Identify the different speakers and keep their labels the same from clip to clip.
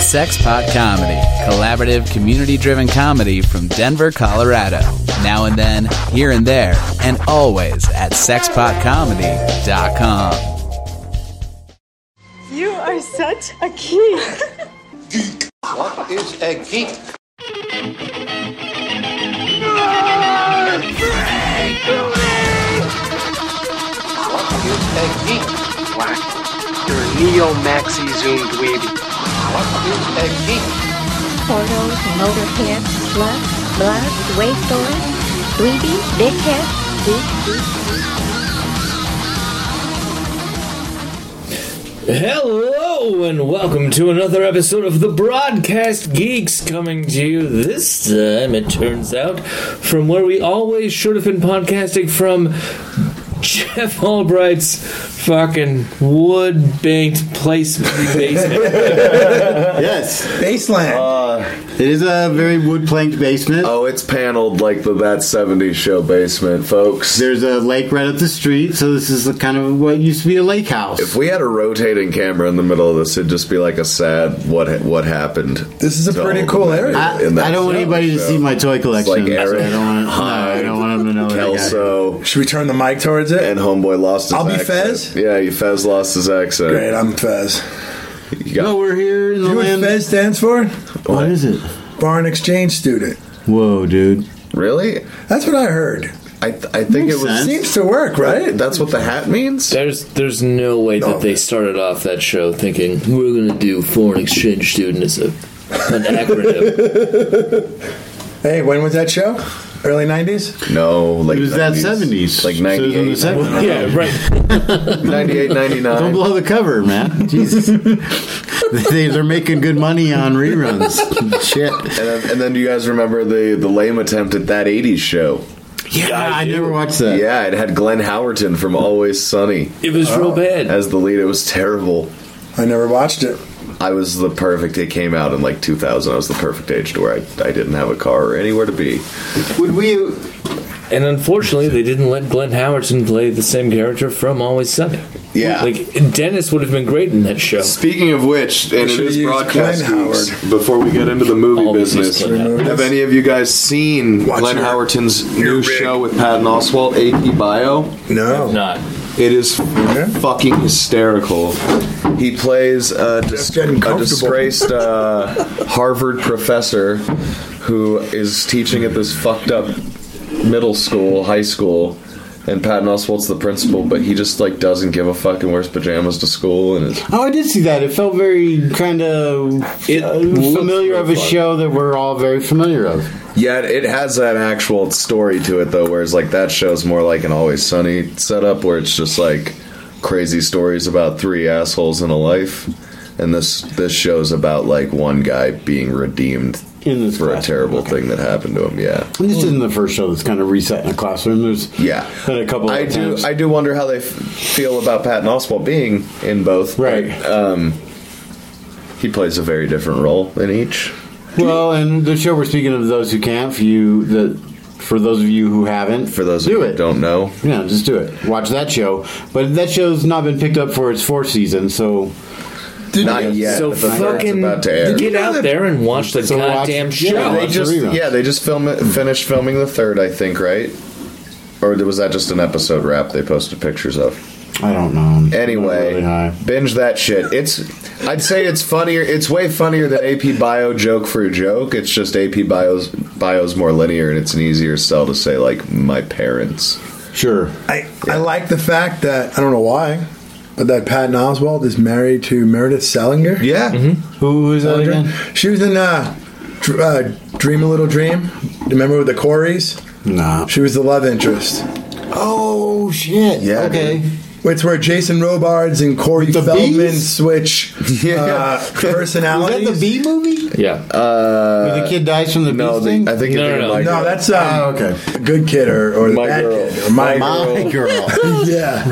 Speaker 1: Sex Pot Comedy, collaborative, community driven comedy from Denver, Colorado. Now and then, here and there, and always at sexpotcomedy.com.
Speaker 2: You are such a geek.
Speaker 3: What is a geek? What is a geek?
Speaker 4: Black. You're a neo maxi zoom dweeby.
Speaker 3: What is a geek?
Speaker 5: Portos, motorhead, slut, blood, wasteland, dweeby, dickhead, geek, geek,
Speaker 6: Hello and welcome to another episode of the Broadcast Geeks coming to you this time, it turns out, from where we always should have been podcasting from Jeff Albright's fucking wood banked place in the basement.
Speaker 7: Yes,
Speaker 8: Baseland.
Speaker 7: it is a very wood planked basement.
Speaker 9: Oh, it's paneled like the That 70s Show basement, folks.
Speaker 7: There's a lake right up the street, so this is the kind of what used to be a lake house.
Speaker 9: If we had a rotating camera in the middle of this, it'd just be like a sad what what happened.
Speaker 8: This is a
Speaker 9: to
Speaker 8: pretty
Speaker 9: all the
Speaker 8: cool
Speaker 9: men
Speaker 8: area.
Speaker 7: I,
Speaker 9: in that
Speaker 7: I don't want
Speaker 9: show.
Speaker 7: anybody to
Speaker 9: So,
Speaker 7: see my toy collection.
Speaker 9: like Eric
Speaker 7: so I don't want. No, I don't want them to know that.
Speaker 9: Kelso
Speaker 8: Should we turn the mic towards it?
Speaker 9: and Homeboy lost his
Speaker 8: I'll be
Speaker 9: accent.
Speaker 8: Fez?
Speaker 9: Yeah, you Fez lost his accent.
Speaker 8: Great, I'm Fez.
Speaker 9: You
Speaker 7: I
Speaker 9: got-
Speaker 7: got. No, we're here in the
Speaker 8: You know what
Speaker 7: land.
Speaker 8: Fez stands for?
Speaker 7: What is it?
Speaker 8: Foreign exchange student.
Speaker 7: Whoa, dude!
Speaker 9: really?
Speaker 8: That's what I heard.
Speaker 9: I, th- I think
Speaker 7: Makes
Speaker 9: it was.
Speaker 7: sense.
Speaker 8: Seems to work, right?
Speaker 9: That's what the hat means?
Speaker 6: there's there's no way that they started off that show thinking we're gonna do foreign exchange student as a an acronym.
Speaker 8: Hey, when was that show? Early 90s?
Speaker 9: No, like
Speaker 7: It was that
Speaker 9: 90s.
Speaker 7: seventies.
Speaker 9: Like
Speaker 7: So it was in the
Speaker 9: 98,
Speaker 7: 70s.
Speaker 6: yeah, right.
Speaker 9: 98, 99.
Speaker 7: Don't blow the cover, man. Jesus, they, they're making good money on reruns. Shit.
Speaker 9: And then, and then do you guys remember the, the lame attempt at that 80s show?
Speaker 7: Yeah, I, never watched that.
Speaker 9: Yeah, it had Glenn Howerton from Always Sunny
Speaker 6: It was real bad.
Speaker 9: as the lead. It was terrible.
Speaker 8: I never watched it.
Speaker 9: I was the perfect. It came out in like 2000. I was the perfect age to where I, I didn't have a car or anywhere to be.
Speaker 7: Would we?
Speaker 6: And unfortunately, they didn't let Glenn Howerton play the same character from Always Sunny.
Speaker 9: Yeah.
Speaker 6: Like, Dennis would have been great in that show.
Speaker 9: Speaking of which, and it
Speaker 8: should've
Speaker 9: is
Speaker 8: used
Speaker 9: broadcast
Speaker 8: Glenn
Speaker 9: geeks, Before we get into the movie
Speaker 6: Always
Speaker 9: business,
Speaker 6: used Glenn
Speaker 8: Howerton.
Speaker 9: have any of you guys seen
Speaker 8: Watch
Speaker 9: Glenn
Speaker 8: your-
Speaker 9: Howerton's
Speaker 8: your
Speaker 9: new
Speaker 8: rig.
Speaker 9: show with Patton Oswalt, AP Bio?
Speaker 8: No.
Speaker 6: Not.
Speaker 9: It is
Speaker 8: Yeah.
Speaker 9: fucking hysterical. He plays a, dis-
Speaker 8: getting
Speaker 9: a
Speaker 8: comfortable.
Speaker 9: disgraced uh, Harvard professor who is teaching at this fucked up middle school, high school, and Patton Oswalt's the principal, but he just like doesn't give a fuck and wears pajamas to school and is
Speaker 7: Oh, I did see that. It felt very kind of uh,
Speaker 6: It looks
Speaker 7: familiar of a
Speaker 6: real fun.
Speaker 7: show that we're all very familiar of.
Speaker 9: Yeah, it has an actual story to it though, whereas like that show's more like an Always Sunny setup where it's just like crazy stories about three assholes in a life, and this this show's about like one guy being redeemed
Speaker 7: In this
Speaker 9: for a
Speaker 7: classroom,
Speaker 9: terrible thing that happened to him. Yeah,
Speaker 7: And this isn't the first show that's kind of reset in a classroom. There's
Speaker 9: yeah.
Speaker 7: been a couple. Of
Speaker 9: I do
Speaker 7: times.
Speaker 9: I do wonder how they f- feel about Patton Oswalt being in both.
Speaker 7: Right.
Speaker 9: Um, he plays a very different role in each.
Speaker 7: well, and the show we're speaking of those who can't. For you, that for those of you who haven't,
Speaker 9: For those
Speaker 7: do
Speaker 9: of you
Speaker 7: it.
Speaker 9: who don't know,
Speaker 7: Yeah, just do it. Watch that show. But that show's not been picked up for its fourth season, so
Speaker 9: not yet.
Speaker 6: so
Speaker 9: but the third's
Speaker 6: fucking
Speaker 9: about to air.
Speaker 6: get out there and watch the
Speaker 7: So watch-
Speaker 6: goddamn
Speaker 7: yeah,
Speaker 6: show.
Speaker 9: they
Speaker 7: watch the
Speaker 9: just
Speaker 7: reruns.
Speaker 9: yeah they just film it, finished filming the third I think right or was that just an episode wrap they posted pictures of
Speaker 7: I don't know.
Speaker 9: anyway
Speaker 7: Not really high.
Speaker 9: binge that shit it's I'd say it's funnier it's way funnier than AP Bio joke for joke it's just AP Bio's Bio's more linear and it's an easier sell to say like my parents
Speaker 7: sure.
Speaker 8: I, I like the fact that, I don't know why, but that Patton Oswald is married to Meredith Salinger.
Speaker 9: yeah
Speaker 7: Mm-hmm.
Speaker 9: Mm-hmm.
Speaker 7: Who is that again?
Speaker 8: She was in uh, Dr- uh, Dream a Little Dream. Remember with the Coreys?
Speaker 7: Nah.
Speaker 8: She was the love interest.
Speaker 7: Oh shit.
Speaker 9: Yeah,
Speaker 7: Okay.
Speaker 8: It's where Jason Robards and Corey
Speaker 7: The
Speaker 8: Feldman
Speaker 7: bees?
Speaker 8: switch
Speaker 9: Yeah.
Speaker 8: uh,
Speaker 7: Was
Speaker 8: personalities.
Speaker 7: that the B movie?
Speaker 6: yeah.
Speaker 7: Where the kid dies from the
Speaker 9: Uh, no
Speaker 7: bee
Speaker 9: the,
Speaker 7: sting?
Speaker 9: I think
Speaker 6: No,
Speaker 9: you're
Speaker 6: no,
Speaker 9: thinking
Speaker 6: no.
Speaker 9: my
Speaker 8: No,
Speaker 9: girl.
Speaker 8: that's um,
Speaker 7: Ah, okay.
Speaker 8: Good Kid or, or the
Speaker 9: My
Speaker 8: Bad
Speaker 9: Girl.
Speaker 8: Kid or My,
Speaker 7: My girl.
Speaker 8: Girl. Yeah,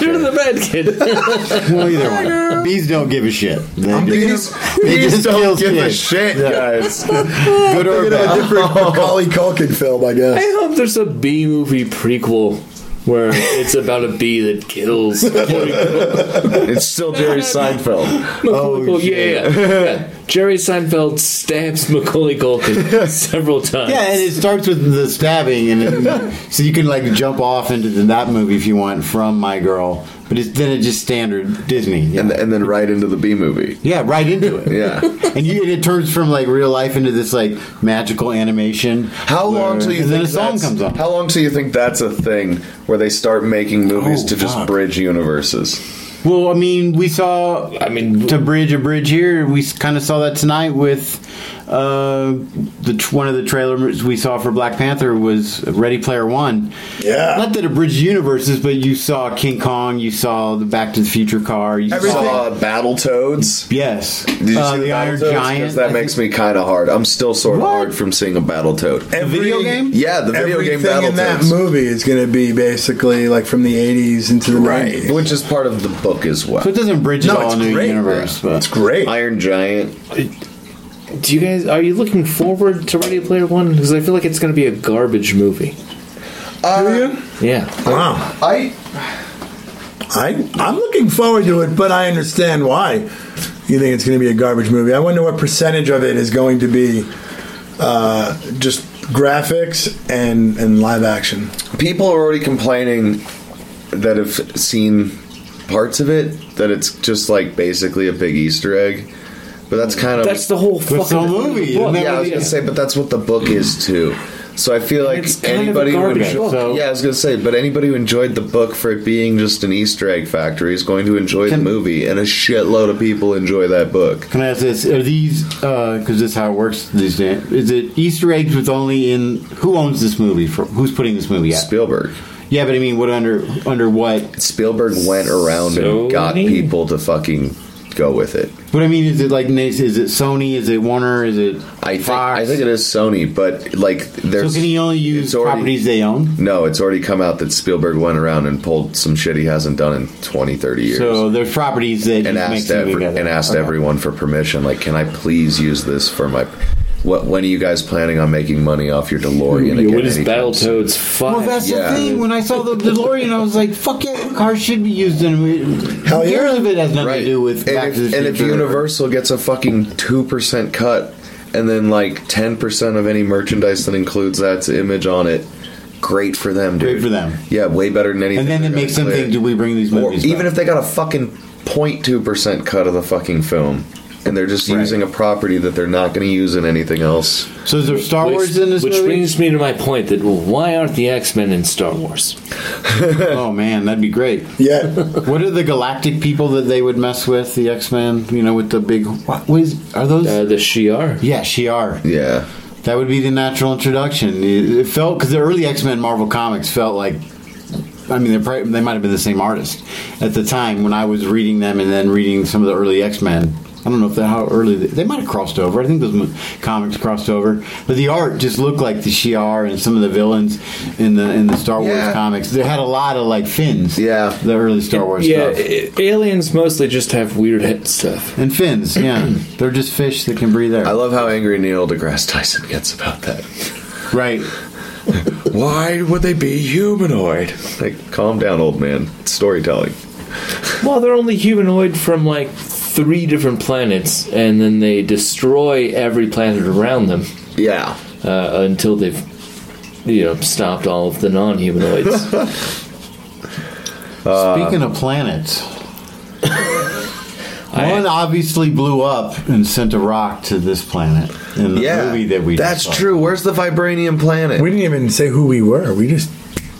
Speaker 6: Turn to the bad kid.
Speaker 7: Well, either one. Bees don't give a shit. They
Speaker 8: I'm
Speaker 7: just-
Speaker 8: thinking
Speaker 9: These-
Speaker 8: of,
Speaker 7: They
Speaker 9: these
Speaker 7: just
Speaker 9: don't
Speaker 7: kills
Speaker 9: give a
Speaker 7: kids.
Speaker 9: shit
Speaker 7: Yeah.
Speaker 9: guys good or
Speaker 8: thinking of a
Speaker 9: bad
Speaker 8: different Macaulay Culkin film, I
Speaker 6: I
Speaker 8: guess.
Speaker 6: hope there's a B movie prequel where it's about a bee that kills.
Speaker 9: it's still Jerry Seinfeld
Speaker 6: oh, yeah, yeah, yeah. Jerry Seinfeld stabs Macaulay Culkin several times.
Speaker 7: Yeah, and it starts with the stabbing, and it, so you can like jump off into that movie if you want from My Girl, but it's, then it's just standard Disney. Yeah,
Speaker 9: and, and then right into the B movie.
Speaker 7: yeah right into it.
Speaker 9: Yeah.
Speaker 7: and you, and it turns from like real life into this like magical animation.
Speaker 9: How
Speaker 7: where-
Speaker 9: long till you
Speaker 7: and then
Speaker 9: think
Speaker 7: a song
Speaker 9: that's-
Speaker 7: comes on?
Speaker 9: How long till you think that's a thing where they start making movies
Speaker 7: Oh,
Speaker 9: to just
Speaker 7: fuck.
Speaker 9: bridge universes?
Speaker 7: Well, I mean, we saw. I mean, to bridge a bridge here, we kind of saw that tonight with uh, the tr- one of the trailers we saw for Black Panther was Ready Player One.
Speaker 5: Yeah.
Speaker 7: Not that it bridged universes, but you saw King Kong, you saw the Back to the Future car, you
Speaker 9: Saw
Speaker 5: Everything.
Speaker 7: saw
Speaker 9: uh, Battletoads.
Speaker 7: yes,
Speaker 9: Did you
Speaker 7: uh,
Speaker 9: see
Speaker 7: the Iron
Speaker 9: Battletoads? 'Cause
Speaker 7: Giant.
Speaker 9: That makes me kind of hard. I'm still sort of
Speaker 7: What?
Speaker 9: hard from seeing a Battletoad.
Speaker 5: Every-
Speaker 7: video game?
Speaker 9: Yeah, the video game
Speaker 5: Everything in that
Speaker 9: Battletoads.
Speaker 5: movie is going to be basically like from the 80s into the
Speaker 9: Right.
Speaker 5: 90s.
Speaker 9: Which is part of the book as well.
Speaker 7: so it doesn't bridge
Speaker 5: No,
Speaker 7: it all
Speaker 5: it's
Speaker 7: into a
Speaker 5: great.
Speaker 7: universe. But
Speaker 5: It's great.
Speaker 9: Iron Giant.
Speaker 6: Do you guys are you looking forward to Ready Player One? Because I feel like it's going to be a garbage movie.
Speaker 5: Do you?
Speaker 6: Yeah,
Speaker 5: Uh, Wow.
Speaker 9: I
Speaker 5: I, I'm looking forward to it, but I understand why you think it's going to be a garbage movie. I wonder what percentage of it is going to be uh, just graphics and, and live action.
Speaker 9: people are already complaining that have seen parts of it that it's just like basically a big Easter egg. But that's kind of
Speaker 6: that's the whole fucking
Speaker 7: the whole movie,
Speaker 6: book.
Speaker 7: isn't that
Speaker 9: yeah, I was gonna say, but that's what the book is too. So I feel like
Speaker 6: it's kind of
Speaker 9: anybody
Speaker 6: a
Speaker 9: who
Speaker 6: garbage
Speaker 9: enjoyed,
Speaker 7: book.
Speaker 9: yeah, I was gonna say, but anybody who enjoyed the book for it being just an Easter egg factory is going to enjoy the
Speaker 7: Can-
Speaker 9: movie, and a shitload of people enjoy that book.
Speaker 7: Can I ask this? Are these because this is how it works these days? Is it Easter eggs with only in who owns this movie? For who's putting this movie out?
Speaker 9: Spielberg,
Speaker 7: Yeah, but I mean, what under under what?
Speaker 9: Spielberg went around and got
Speaker 6: Sony?
Speaker 9: people to fucking go with it.
Speaker 7: But I mean, is it like is it Sony? Is it Warner? Is it
Speaker 9: I think
Speaker 7: Fox?
Speaker 9: I think it is Sony, but like
Speaker 7: So
Speaker 9: there's
Speaker 7: can he only use
Speaker 9: it's already-
Speaker 7: properties they own?
Speaker 9: No, it's already come out that Spielberg went around and pulled some shit he hasn't done in 20, 30 years.
Speaker 7: So there's properties that
Speaker 9: and
Speaker 7: just makes
Speaker 9: asked
Speaker 7: them
Speaker 9: every,
Speaker 7: together.
Speaker 9: and asked
Speaker 7: Okay.
Speaker 9: everyone for permission. Like, can I please use this for my? What when are you guys planning on making money off your DeLorean?
Speaker 6: Yeah,
Speaker 9: again?
Speaker 6: what is
Speaker 9: Anytime soon?
Speaker 6: Battletoads Five?
Speaker 7: Well, that's
Speaker 9: Yeah.
Speaker 7: the thing. When I saw the DeLorean, I was like, "Fuck yeah, cars should be used in a movie."
Speaker 5: Hell
Speaker 7: Who cares
Speaker 5: yeah.
Speaker 7: if it has nothing
Speaker 9: Right.
Speaker 7: to do with Back
Speaker 9: and,
Speaker 7: to
Speaker 9: if,
Speaker 7: the
Speaker 9: and if
Speaker 7: Future?
Speaker 9: Universal gets a fucking two percent cut, and then like ten percent of any merchandise that includes that image on it, great for them, dude.
Speaker 7: Great for them.
Speaker 9: Yeah, way better than anything.
Speaker 7: and then it
Speaker 9: they're
Speaker 7: makes
Speaker 9: gonna
Speaker 7: them
Speaker 9: clear.
Speaker 7: think, "Do we bring these
Speaker 9: Or
Speaker 7: movies?"
Speaker 9: even
Speaker 7: back?
Speaker 9: if they got a fucking 0.2 percent cut of the fucking film, and they're just
Speaker 7: Right.
Speaker 9: using a property that they're not going to use in anything else.
Speaker 7: so, is there Star
Speaker 6: which,
Speaker 7: Wars in this
Speaker 6: which
Speaker 7: movie?
Speaker 6: brings me to my point that well, why aren't the X Men in Star Wars?
Speaker 7: oh man, that'd be great.
Speaker 5: Yeah.
Speaker 7: What are the galactic people that they would mess with? The X Men, you know, with the big. What what is? Are those?
Speaker 6: Uh, the Shi'ar.
Speaker 7: yeah, Shi'ar.
Speaker 9: Yeah,
Speaker 7: That would be the natural introduction. It, it felt because the early X Men Marvel comics felt like. I mean, they're probably, they might have been the same artist at the time when I was reading them, and then reading some of the early X Men. I don't know if that, how early they, they might have crossed over. I think those mo- comics crossed over, but the art just looked like the Shi'ar and some of the villains in the in the Star Wars
Speaker 9: Yeah.
Speaker 7: comics. They had a lot of like fins.
Speaker 9: Yeah.
Speaker 7: the early Star Wars
Speaker 6: yeah,
Speaker 7: stuff.
Speaker 6: a- aliens mostly just have weird head stuff.
Speaker 7: And fins, yeah. They're just fish that can breathe air.
Speaker 9: I love how angry Neil deGrasse Tyson gets about that.
Speaker 7: right.
Speaker 9: Why would they be humanoid? Like, calm down, old man. It's storytelling.
Speaker 6: Well, they're only humanoid from like three different planets, and then they destroy every planet around them
Speaker 9: Yeah,
Speaker 6: uh, until they've you know stopped all of the non-humanoids.
Speaker 9: Uh,
Speaker 7: Speaking of planets,
Speaker 6: I-
Speaker 7: one obviously blew up and sent a rock to this planet in the
Speaker 9: yeah.
Speaker 7: movie that we
Speaker 9: That's
Speaker 7: just saw.
Speaker 9: true. Where's the vibranium planet?
Speaker 5: we didn't even say who we were. We just.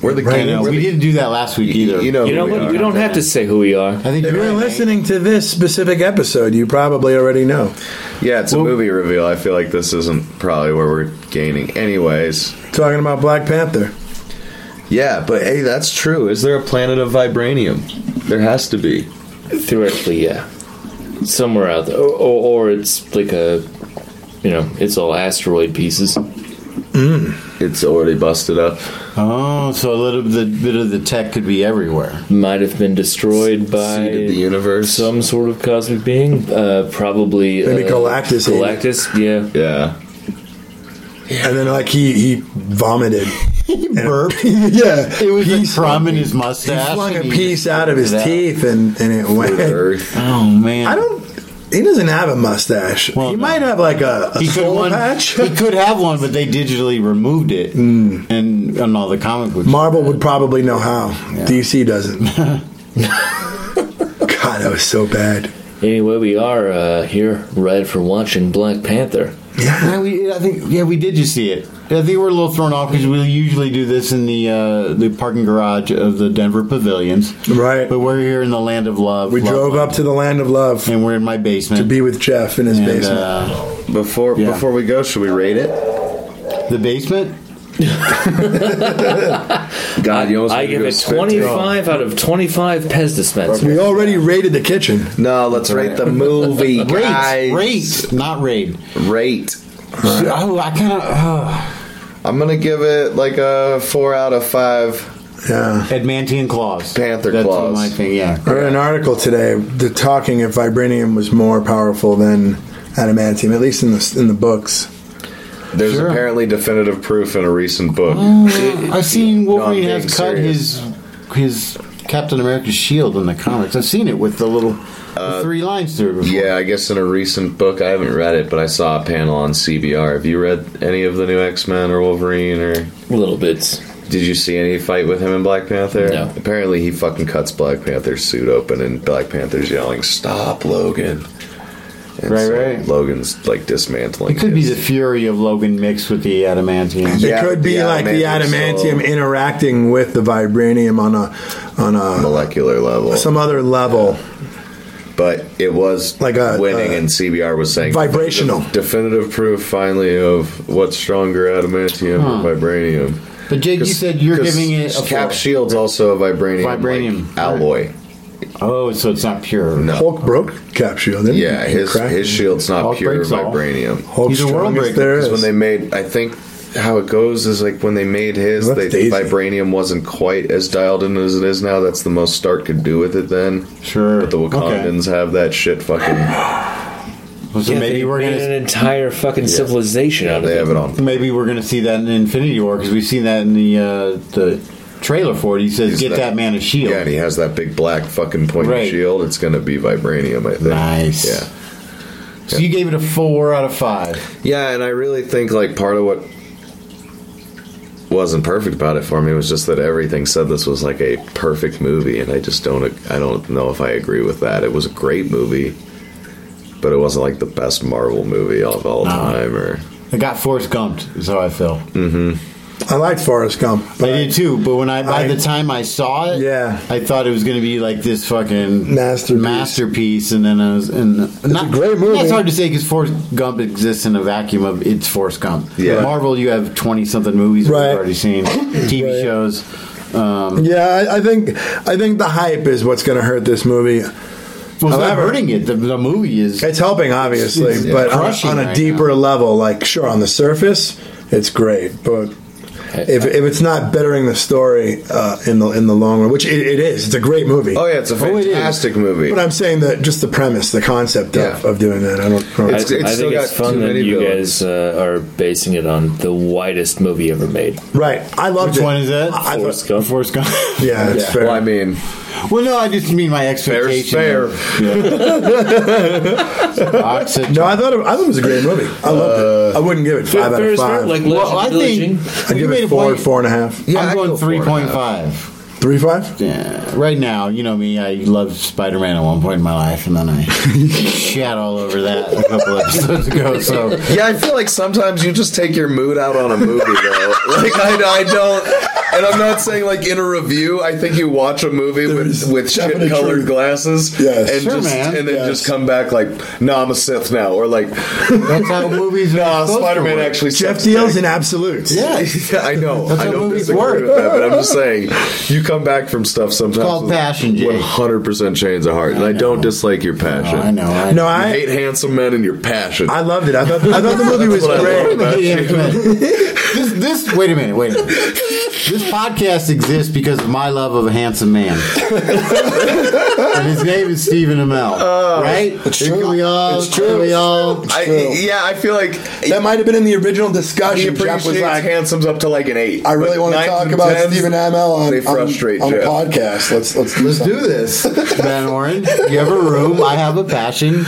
Speaker 9: We're the
Speaker 7: I know,
Speaker 9: we're
Speaker 7: we
Speaker 9: the-
Speaker 7: didn't do that last week either.
Speaker 9: You know,
Speaker 6: You
Speaker 9: who
Speaker 6: know
Speaker 9: we
Speaker 6: what?
Speaker 9: are.
Speaker 6: We don't have to say who we are.
Speaker 7: I think
Speaker 5: If
Speaker 7: you're
Speaker 5: you're
Speaker 7: right.
Speaker 5: listening to this specific episode, you probably already know.
Speaker 9: Yeah, it's a
Speaker 7: Well-
Speaker 9: movie reveal. I feel like this isn't probably where we're gaining. Anyways,
Speaker 5: Talking about Black Panther.
Speaker 9: Yeah, but hey, that's true. Is there a planet of vibranium? There has to be.
Speaker 6: Theoretically, yeah, somewhere out there, or, or, or it's like a, you know, it's all asteroid pieces.
Speaker 9: It's already busted up.
Speaker 7: Oh, so a little bit, bit of the tech could be everywhere.
Speaker 6: Might have been destroyed by
Speaker 9: Seed of the universe.
Speaker 6: some sort of cosmic being. Uh, probably
Speaker 5: Maybe
Speaker 6: uh,
Speaker 5: Galactus ate it.
Speaker 6: Galactus, yeah.
Speaker 9: Yeah.
Speaker 5: And then, like, he, he vomited.
Speaker 7: He burped.
Speaker 5: yeah.
Speaker 7: It was
Speaker 5: He
Speaker 7: a crumb in his
Speaker 5: He
Speaker 7: mustache.
Speaker 5: flung a
Speaker 7: and he-
Speaker 5: piece out of his
Speaker 7: Yeah.
Speaker 5: teeth and, and it
Speaker 9: Through the
Speaker 5: went.
Speaker 9: Earth.
Speaker 7: Oh man!
Speaker 5: I don't.
Speaker 6: He doesn't have a mustache.
Speaker 7: Well,
Speaker 6: he
Speaker 7: no.
Speaker 6: might have like a, a
Speaker 7: He could,
Speaker 6: soul
Speaker 7: one,
Speaker 6: patch.
Speaker 7: he could have one, but they digitally removed it, and on all the comic books.
Speaker 6: Marvel would probably know how.
Speaker 7: Yeah.
Speaker 6: DC doesn't. God, that was so bad.
Speaker 5: Anyway, we are uh, here right for watching Black Panther.
Speaker 7: Yeah, we, I think yeah, we did just see it. I think we're a little thrown off because we usually do this in the uh, the parking garage of the Denver Pavilions,
Speaker 6: Right.
Speaker 7: but we're here in the land of love.
Speaker 6: We
Speaker 7: Love
Speaker 6: drove
Speaker 7: Land.
Speaker 6: up to the land of love
Speaker 7: and we're in my basement
Speaker 6: to be with Jeff in his
Speaker 7: and,
Speaker 6: basement.
Speaker 7: uh,
Speaker 9: Before
Speaker 7: Yeah.
Speaker 9: before we go, should we rate it?
Speaker 7: the basement.
Speaker 9: God, you almost
Speaker 5: I
Speaker 9: made me
Speaker 5: give
Speaker 9: do a
Speaker 5: it
Speaker 9: spit
Speaker 5: twenty
Speaker 9: take.
Speaker 5: five out of twenty five Pez dispensers.
Speaker 6: we already raided the kitchen.
Speaker 9: No, let's rate the movie,
Speaker 7: Rate,
Speaker 9: guys.
Speaker 7: rate, not raid.
Speaker 9: Rate.
Speaker 7: Oh, I kind of uh,
Speaker 9: I'm gonna give it like a four out of five.
Speaker 6: Yeah.
Speaker 7: Edmantian claws,
Speaker 9: Panther
Speaker 7: That's
Speaker 9: claws.
Speaker 7: my thing. Yeah,
Speaker 6: I read an article today. The talking of vibranium was more powerful than adamantium, at least in the in the books.
Speaker 9: There's
Speaker 7: Sure.
Speaker 9: apparently definitive proof in a recent book.
Speaker 7: I've seen Wolverine
Speaker 9: No, I'm
Speaker 7: has
Speaker 9: being
Speaker 7: cut
Speaker 9: serious.
Speaker 7: his his Captain America's shield in the comics. I've seen it with the little the three lines through. it before.
Speaker 9: Uh, Yeah, I guess in a recent book, I haven't read it, but I saw a panel on CBR. Have you read any of the new X Men or Wolverine or?
Speaker 5: Little bits.
Speaker 9: Did you see any fight with him and Black Panther?
Speaker 5: No.
Speaker 9: Apparently, he fucking cuts Black Panther's suit open, and Black Panther's yelling, "Stop, Logan!" And
Speaker 7: Right, right.
Speaker 9: Logan's like dismantling.
Speaker 7: It could be
Speaker 9: his-
Speaker 7: the fury of Logan mixed with the adamantium.
Speaker 6: it
Speaker 9: Yeah,
Speaker 6: could be
Speaker 9: the
Speaker 6: like the
Speaker 9: adamantium,
Speaker 6: adamantium
Speaker 9: so-
Speaker 6: interacting with the vibranium on a on a
Speaker 9: molecular level,
Speaker 6: some other level.
Speaker 9: but it was
Speaker 6: Like a-
Speaker 9: winning,
Speaker 6: a-
Speaker 9: and CBR was saying
Speaker 6: Vibrational.
Speaker 9: definitive proof finally of what's stronger, adamantium
Speaker 7: Hmm.
Speaker 9: or vibranium.
Speaker 7: But Jake, you
Speaker 9: 'Cause-
Speaker 7: said you're
Speaker 9: 'cause
Speaker 7: giving it a
Speaker 9: Cap
Speaker 7: four.
Speaker 9: Shield's also a vibranium, like,
Speaker 7: Vibranium.
Speaker 9: alloy.
Speaker 7: Oh, so it's not pure.
Speaker 9: No.
Speaker 6: Hulk broke cap shield. Didn't he?
Speaker 9: Yeah,
Speaker 6: He
Speaker 9: his
Speaker 6: cracked
Speaker 9: his
Speaker 6: it.
Speaker 9: shield's not
Speaker 7: Hulk
Speaker 9: pure
Speaker 7: breaks all.
Speaker 9: vibranium.
Speaker 6: Hulk's
Speaker 7: he's a world
Speaker 6: strongest
Speaker 7: breaker,
Speaker 6: there
Speaker 9: Because
Speaker 6: is.
Speaker 9: when they made, I think how it goes is like when they made his,
Speaker 6: That's
Speaker 9: they,
Speaker 6: Daisy.
Speaker 9: vibranium wasn't quite as dialed in as it is now. That's the most Stark could do with it then.
Speaker 7: Sure.
Speaker 9: But the
Speaker 7: Okay.
Speaker 9: Wakandans have that shit fucking.
Speaker 7: Well, so
Speaker 5: Yeah,
Speaker 7: maybe
Speaker 5: they
Speaker 7: we're
Speaker 5: made
Speaker 7: gonna
Speaker 5: an entire fucking civilization out of
Speaker 9: They
Speaker 5: it.
Speaker 9: have it on.
Speaker 7: maybe we're gonna see that in Infinity War because we've seen that in the uh, the trailer for it. He says,
Speaker 9: He's
Speaker 7: "Get
Speaker 9: the-
Speaker 7: that, man a shield."
Speaker 9: Yeah, and he has that big black fucking pointy
Speaker 7: Right.
Speaker 9: shield. It's gonna be vibranium, I think.
Speaker 7: Nice.
Speaker 9: Yeah.
Speaker 7: So you gave it a four out of five.
Speaker 9: Yeah, and I really think like part of what wasn't perfect about it for me was just that everything said this was like a perfect movie, and I just don't I don't know if I agree with that. It was a great movie, but it wasn't like the best Marvel movie of all
Speaker 7: No.
Speaker 9: time. Or
Speaker 7: I got Forrest Gumped, is how I feel.
Speaker 6: Mm-hmm. I liked Forrest Gump.
Speaker 7: I did too, but when I by
Speaker 6: I-
Speaker 7: the time I saw it,
Speaker 6: Yeah.
Speaker 7: I thought it was going to be like this fucking
Speaker 6: Masterpiece.
Speaker 7: masterpiece, and then I was and
Speaker 6: a great movie.
Speaker 7: That's hard to say because Forrest Gump exists in a vacuum of it's Forrest Gump.
Speaker 9: Yeah.
Speaker 7: Marvel, you have twenty something movies
Speaker 6: Right.
Speaker 7: we've already seen, TV
Speaker 6: Right.
Speaker 7: shows. Um,
Speaker 6: Yeah, I, I think I think the hype is what's going to hurt this movie.
Speaker 7: well, it's not
Speaker 6: However-
Speaker 7: hurting it. The, the movie is
Speaker 6: It's helping, obviously,
Speaker 7: It's- it's
Speaker 6: but on,
Speaker 7: crushing
Speaker 6: on a
Speaker 7: right
Speaker 6: deeper
Speaker 7: now.
Speaker 6: level, like sure, on the surface, it's great, but if, if it's not bettering the story uh, in the in the long run, which it, it is, it's a great movie.
Speaker 9: oh yeah, it's a
Speaker 7: Oh, it is.
Speaker 9: fantastic movie.
Speaker 6: But I'm saying that just the premise, the concept of,
Speaker 9: Yeah.
Speaker 6: of doing that, I don't. I don't-
Speaker 9: It's-
Speaker 5: I, I
Speaker 9: still
Speaker 5: think it's
Speaker 9: got
Speaker 5: fun
Speaker 9: too
Speaker 5: that
Speaker 9: many
Speaker 5: you
Speaker 9: villains.
Speaker 5: guys uh, are basing it on the widest movie ever made.
Speaker 6: right, I loved
Speaker 7: which
Speaker 6: it.
Speaker 7: one is that?
Speaker 6: I- I
Speaker 5: Forrest
Speaker 6: thought,
Speaker 5: Gump.
Speaker 7: Forrest Gump.
Speaker 6: yeah, it's fair.
Speaker 9: well, I mean,
Speaker 7: well, no, I just mean my
Speaker 9: fair's
Speaker 7: expectation.
Speaker 9: fair.
Speaker 7: Oxygen.
Speaker 6: no, I thought it, I thought it was a great movie. I loved it. I wouldn't give it five out of
Speaker 5: Ferris
Speaker 6: five.
Speaker 5: Bueller, like
Speaker 7: well, I
Speaker 5: Legend of Jing.
Speaker 7: think
Speaker 6: I
Speaker 7: you
Speaker 6: give
Speaker 7: made
Speaker 6: it
Speaker 7: a
Speaker 6: four,
Speaker 7: point.
Speaker 6: four and a half,
Speaker 9: Yeah,
Speaker 7: I'm
Speaker 9: I'd
Speaker 7: going
Speaker 9: go four
Speaker 7: three
Speaker 9: and a
Speaker 7: point
Speaker 9: half.
Speaker 7: five.
Speaker 6: three five.
Speaker 7: Yeah, right now, you know me. I loved Spider Man at one point in my life, and then I shat all over that a couple episodes ago. So
Speaker 9: Yeah, I feel like sometimes you just take your mood out on a movie, though. like I, I don't, and I'm not saying like in a review. I think you watch a movie
Speaker 6: There's
Speaker 9: with with
Speaker 6: definite
Speaker 9: shit colored
Speaker 6: truth.
Speaker 9: glasses,
Speaker 6: Yes.
Speaker 9: and
Speaker 7: Sure,
Speaker 9: just
Speaker 7: man.
Speaker 9: and then
Speaker 6: Yes.
Speaker 9: just come back like, no, I'm a Sith now, or like,
Speaker 7: that's how movies are.
Speaker 9: nah,
Speaker 7: supposed to
Speaker 9: Spider Man
Speaker 7: work.
Speaker 9: actually
Speaker 6: Jeff
Speaker 9: sucks
Speaker 6: deals
Speaker 9: dick."
Speaker 6: in absolutes.
Speaker 7: Yeah, it's
Speaker 9: Yeah, I know.
Speaker 7: That's
Speaker 9: I
Speaker 7: how
Speaker 9: don't
Speaker 7: movies
Speaker 9: disagree
Speaker 7: work.
Speaker 9: with that, but I'm just saying, you come back from stuff sometimes.
Speaker 7: called
Speaker 9: with
Speaker 7: passion, Jake.
Speaker 9: 100% chains of heart, and I don't dislike your passion.
Speaker 7: Oh, I know. I
Speaker 6: No,
Speaker 7: know.
Speaker 9: I
Speaker 6: I
Speaker 9: hate handsome men and your passion.
Speaker 6: I loved it. I thought I thought the movie was
Speaker 9: That's what I love
Speaker 6: great.
Speaker 9: about
Speaker 7: Wait a minute. this, this. Wait a minute. Wait a minute. This podcast exists because of my love of a handsome man. and his name is Stephen Amell. right? It's
Speaker 6: true.
Speaker 7: We all,
Speaker 6: It's true.
Speaker 7: We all.
Speaker 9: I-
Speaker 6: True.
Speaker 9: yeah, I feel like
Speaker 6: That might have been in the original
Speaker 9: He
Speaker 6: discussion. Jeff
Speaker 9: appreciates
Speaker 6: was like,
Speaker 9: handsomes up to like an eight.
Speaker 6: I really
Speaker 9: But
Speaker 6: want to
Speaker 9: nines
Speaker 6: talk
Speaker 9: and
Speaker 6: about
Speaker 9: tens,
Speaker 6: Stephen Amell on,
Speaker 9: they
Speaker 6: on
Speaker 9: straight
Speaker 10: on a
Speaker 9: Jeff.
Speaker 10: podcast. Let's let's
Speaker 7: Let's do this, Van Warren. You have a room. I have a passion.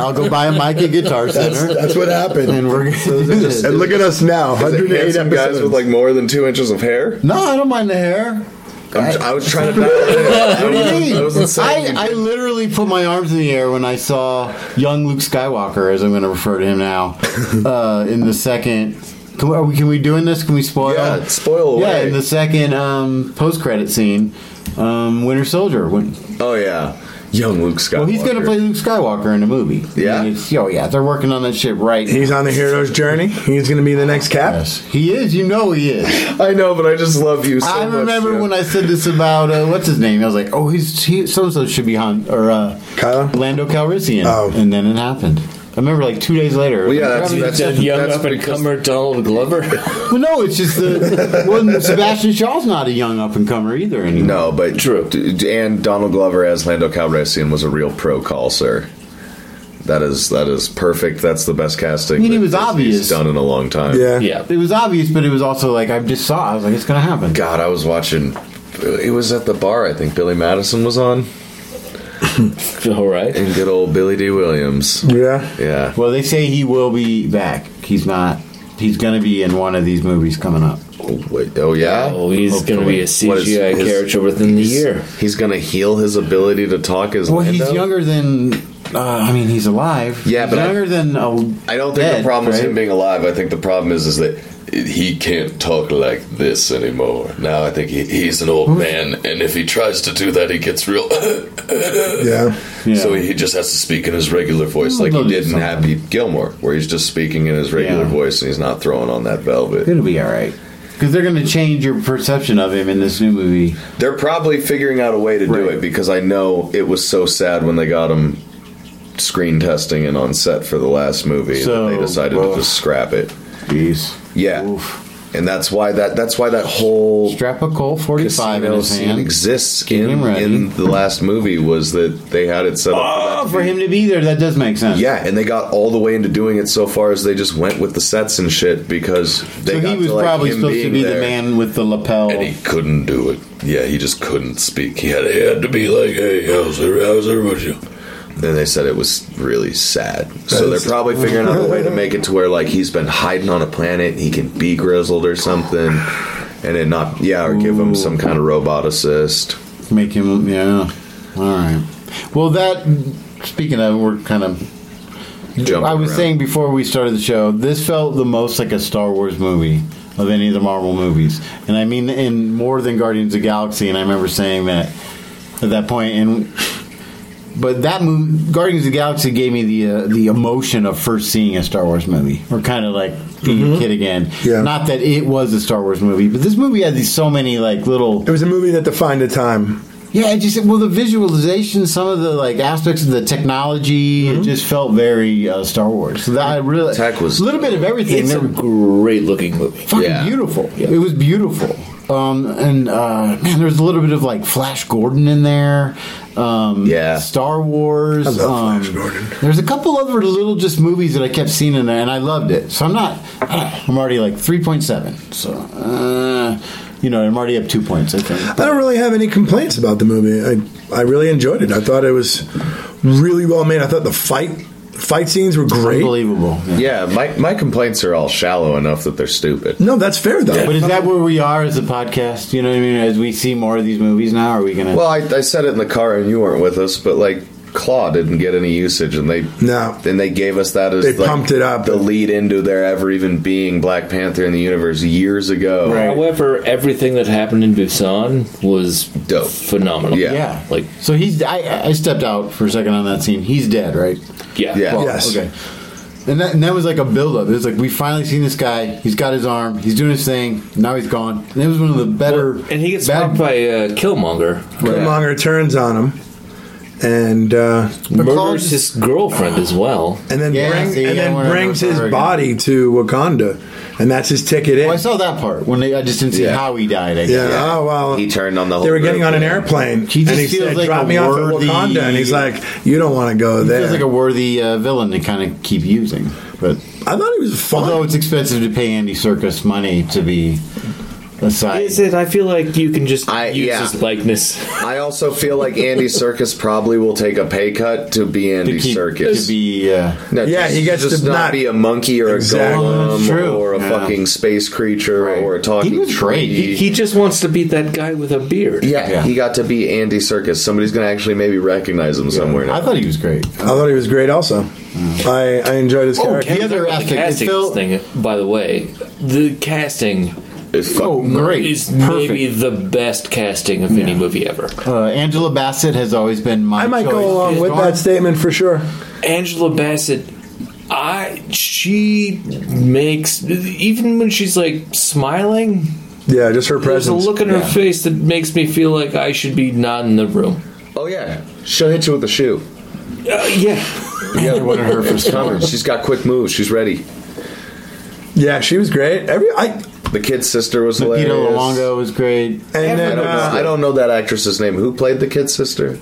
Speaker 7: I'll go buy a mic at Guitar Center.
Speaker 10: That's what happened.
Speaker 7: and we're going to do this.
Speaker 11: And look at us now,
Speaker 9: Is it
Speaker 11: 108
Speaker 9: handsome
Speaker 11: episodes.
Speaker 9: guys with like more than two inches of hair.
Speaker 7: No, I don't mind the hair.
Speaker 9: I'm, I was trying to. Dial it in. I
Speaker 7: What do
Speaker 9: wasn't-
Speaker 7: you
Speaker 9: I
Speaker 7: mean?
Speaker 9: wasn't saying-
Speaker 7: I, I literally put my arms in the air when I saw young Luke Skywalker, as I'm going to refer to him now, uh, in the second. Can we, are we, can we doing this? Can we spoil?
Speaker 9: Yeah, spoil away.
Speaker 7: Yeah, in the second um, post-credit scene, um, Winter Soldier. When,
Speaker 9: oh yeah, young Luke Skywalker.
Speaker 7: well, he's going to play Luke Skywalker in a movie.
Speaker 9: Yeah.
Speaker 7: I mean, it's- oh yeah, they're working on that shit right. now.
Speaker 11: He's on the hero's journey. He's going to be the next cap.
Speaker 7: Yes, he is. You know he is.
Speaker 9: I know, but I just love you. so
Speaker 7: I
Speaker 9: much,
Speaker 7: remember
Speaker 9: Jeff.
Speaker 7: when I said this about uh, what's his name. I was like, "Oh, he's he, so and so should be on or uh,
Speaker 11: Kylo?
Speaker 7: Lando Calrissian."
Speaker 11: Oh.
Speaker 7: and then it happened. I remember like two days later.
Speaker 9: Well, yeah, that's,
Speaker 6: That
Speaker 9: that's,
Speaker 6: young
Speaker 9: that's
Speaker 6: up and
Speaker 9: because-
Speaker 6: comer Donald Glover.
Speaker 7: Well, no, it's just the well, Sebastian Shaw's not a young up and comer either anymore.
Speaker 9: No, Oh, but
Speaker 6: True.
Speaker 9: D- d- and Donald Glover as Lando Calrissian was a real pro call, sir. That is that is perfect. That's the best casting.
Speaker 7: I mean, he
Speaker 9: that
Speaker 7: was
Speaker 9: Disney's
Speaker 7: obvious.
Speaker 9: done in a long time.
Speaker 11: Yeah.
Speaker 6: yeah.
Speaker 7: It was obvious, but it was also like I just saw. I was like, "It's gonna happen."
Speaker 9: God, I was watching. It was at the bar. I think Billy Madison was on,
Speaker 6: All right.
Speaker 9: and good old Billy D. Williams.
Speaker 11: Yeah.
Speaker 9: Yeah,
Speaker 7: Well, they say he will be back. He's not. He's gonna be in one of these movies coming up.
Speaker 9: Oh, wait, oh yeah.
Speaker 6: Oh, he's going to be a
Speaker 9: What is
Speaker 6: CGI
Speaker 9: his-
Speaker 6: character within the year.
Speaker 9: He's gonna heal his ability to talk as
Speaker 7: Well,
Speaker 9: Lando?
Speaker 7: he's younger than. Uh, I mean, he's alive.
Speaker 9: Yeah,
Speaker 7: He's
Speaker 9: but I-
Speaker 7: younger than. A
Speaker 9: I don't think the problem is him being alive. I think the problem is is that he can't talk like this anymore. Now I think he, he's an old man, and if he tries to do that, he gets real.
Speaker 11: Yeah.
Speaker 7: Yeah.
Speaker 9: So he just has to speak in his regular voice, like
Speaker 7: They'll
Speaker 9: he
Speaker 7: do
Speaker 9: did in
Speaker 7: something.
Speaker 9: Happy Gilmore, where he's just speaking in his regular
Speaker 7: Yeah.
Speaker 9: voice and he's not throwing on that velvet.
Speaker 7: It'll be all right because they're going to change your perception of him in this new movie.
Speaker 9: They're probably figuring out a way to do
Speaker 7: Right.
Speaker 9: it because I know it was so sad when they got him screen testing and on set for the last movie
Speaker 7: So,
Speaker 9: that they decided
Speaker 7: well-
Speaker 9: to just scrap it.
Speaker 7: Jeez.
Speaker 9: Yeah. And that's why that that's why that whole
Speaker 7: Strap a Colt forty-five in
Speaker 9: casino
Speaker 7: his
Speaker 9: scene
Speaker 7: hand.
Speaker 9: exists
Speaker 7: Get him
Speaker 9: in,
Speaker 7: ready.
Speaker 9: in the last movie was that they had it set up
Speaker 7: Oh,
Speaker 9: for that to
Speaker 7: for
Speaker 9: be-
Speaker 7: him to be there, that does make sense.
Speaker 9: Yeah, and they got all the way into doing it so far as they just went with the sets and shit because they
Speaker 7: So
Speaker 9: got
Speaker 7: he was
Speaker 9: to, like,
Speaker 7: probably
Speaker 9: him
Speaker 7: supposed to
Speaker 9: being
Speaker 7: be the
Speaker 9: there,
Speaker 7: man with the lapel.
Speaker 9: and he couldn't do it. Yeah, he just couldn't speak. He had, he had to be like, "Hey, how's it, how's everybody?" Then they said it was really sad. So they're probably figuring out a way to make it to where like he's been hiding on a planet. He can be grizzled or something, and then not yeah, or give him some kind of robot assist.
Speaker 7: Make him. Yeah. All right. Well, that. Speaking of, we're kind of.
Speaker 9: Jumping
Speaker 7: I was
Speaker 9: around.
Speaker 7: saying before we started the show, this felt the most like a Star Wars movie of any of the Marvel movies, and I mean in more than Guardians of the Galaxy. And I remember saying that at that point, and but that movie, Guardians of the Galaxy, gave me the uh, the emotion of first seeing a Star Wars movie. We're kind of like being a kid again.
Speaker 11: Yeah.
Speaker 7: Not that it was a Star Wars movie, but this movie had these so many like little
Speaker 11: It was a movie that defined a time.
Speaker 7: yeah, it just well the visualization, some of the like aspects of the technology, it just felt very uh, Star Wars. So that I really
Speaker 9: Tech was-
Speaker 7: a little bit of everything.
Speaker 6: It's
Speaker 7: They
Speaker 6: a
Speaker 7: were
Speaker 6: great looking movie.
Speaker 7: fucking
Speaker 9: yeah.
Speaker 7: beautiful. It was beautiful. Um, and uh, man, there's a little bit of like Flash Gordon in there. Um,
Speaker 9: Yeah.
Speaker 7: Star Wars.
Speaker 11: I love Flash
Speaker 7: um,
Speaker 11: Gordon.
Speaker 7: There's a couple other little just movies that I kept seeing in there, and I loved it. So I'm not. I'm already like 3.7. So uh, you know, I'm already up two points. I think.
Speaker 11: I don't really have any complaints about the movie. I I really enjoyed it. I thought it was really well made. I thought the fight fight scenes were great.
Speaker 7: Unbelievable. Yeah.
Speaker 9: Yeah, my my complaints are all shallow enough that they're stupid.
Speaker 11: No, that's fair though.
Speaker 7: But is that where we are as a podcast? You know what I mean? As we see more of these movies now, are we gonna?
Speaker 9: Well, I, I said it in the car, and you weren't with us, but like Claw didn't get any usage, and they
Speaker 11: No.
Speaker 9: then they gave us that as
Speaker 11: They
Speaker 9: like,
Speaker 11: pumped it up.
Speaker 9: the lead into there ever even being Black Panther in the universe years ago.
Speaker 7: Right.
Speaker 6: However, everything that happened in Busan was
Speaker 9: Dope.
Speaker 6: phenomenal.
Speaker 9: Yeah.
Speaker 7: yeah,
Speaker 6: Like,
Speaker 7: so he's. I, I stepped out for a second on that scene. He's dead, right?
Speaker 6: yeah.
Speaker 9: Yeah.
Speaker 7: Well,
Speaker 11: Yes.
Speaker 7: Okay. And that, and that was like a buildup. It was like we finally seen this guy. He's got his arm. He's doing his thing. Now he's gone. And it was one of the better.
Speaker 6: And he gets
Speaker 7: bad-
Speaker 6: stopped by uh, Killmonger.
Speaker 11: Killmonger turns on him, and uh,
Speaker 6: Murders his girlfriend as well.
Speaker 11: and then
Speaker 7: Yeah,
Speaker 11: brings
Speaker 7: see,
Speaker 11: and
Speaker 7: I
Speaker 11: then
Speaker 7: wanna
Speaker 11: brings
Speaker 7: go
Speaker 11: his
Speaker 7: over again.
Speaker 11: body to Wakanda, and that's his ticket in.
Speaker 7: Well, I saw that part when they, I just didn't see
Speaker 9: Yeah.
Speaker 7: how he died. I guess.
Speaker 11: yeah. Oh well.
Speaker 9: He turned on the whole
Speaker 11: They were getting
Speaker 9: group,
Speaker 11: on an
Speaker 9: yeah.
Speaker 11: airplane,
Speaker 7: He just
Speaker 11: and he
Speaker 7: feels
Speaker 11: said,
Speaker 7: like
Speaker 11: "Drop
Speaker 7: a
Speaker 11: me off
Speaker 7: worthy-
Speaker 11: at Wakanda," and he's like, "You don't want to go
Speaker 7: He
Speaker 11: there."
Speaker 7: feels like a worthy uh, villain to kind of keep using, but
Speaker 11: I thought he was fun.
Speaker 7: Although it's expensive to pay Andy Circus money to be aside.
Speaker 6: Is it? I feel like you can just
Speaker 12: I-
Speaker 6: use
Speaker 12: yeah.
Speaker 6: his likeness.
Speaker 12: I also feel like Andy Circus probably will take a pay cut to be Andy
Speaker 7: keep-
Speaker 12: Circus.
Speaker 7: to be uh,
Speaker 12: No,
Speaker 9: Yeah, he gets
Speaker 12: just
Speaker 9: to
Speaker 12: not,
Speaker 9: not-
Speaker 12: be a monkey or
Speaker 9: Exactly.
Speaker 12: a
Speaker 7: That's
Speaker 12: golem
Speaker 7: true.
Speaker 12: or a
Speaker 7: Yeah.
Speaker 12: fucking space creature
Speaker 7: Right.
Speaker 12: or a talking
Speaker 7: He was great.
Speaker 12: tree.
Speaker 6: he, he just wants to beat that guy with a beard.
Speaker 12: yeah,
Speaker 7: Yeah.
Speaker 12: he got to be Andy Circus. Somebody's gonna actually maybe recognize him somewhere. Now.
Speaker 7: I thought he was great. Oh,
Speaker 9: I thought he was great. Also,
Speaker 7: Mm.
Speaker 9: I I enjoyed his character.
Speaker 7: the other
Speaker 6: The
Speaker 7: aspect is
Speaker 6: casting
Speaker 7: Phil.
Speaker 6: thing, by the way, the casting
Speaker 12: It's
Speaker 7: Oh,
Speaker 12: fucking
Speaker 7: great!
Speaker 6: is
Speaker 7: Perfect.
Speaker 6: maybe the best casting of any movie ever.
Speaker 7: uh, Angela Bassett has always been my.
Speaker 9: I might
Speaker 7: choice.
Speaker 9: go along uh, with that statement for sure.
Speaker 6: Angela Bassett, I she makes even when she's like smiling,
Speaker 9: Yeah, just her
Speaker 6: there's a
Speaker 9: presence.
Speaker 6: look in her
Speaker 7: yeah.
Speaker 6: face that makes me feel like I should be not in the room.
Speaker 12: Oh yeah, she'll hit you with a shoe.
Speaker 6: Uh, yeah,
Speaker 7: Yeah, one of her first
Speaker 12: Coming. She's got quick moves. She's ready.
Speaker 9: yeah, she was great. Every I and
Speaker 12: The kid's sister was
Speaker 7: Peter
Speaker 12: hilarious.
Speaker 7: Luongo was great.
Speaker 12: I
Speaker 9: then
Speaker 12: don't, know,
Speaker 9: uh,
Speaker 12: I don't know that actress's name. Who played the kid's sister?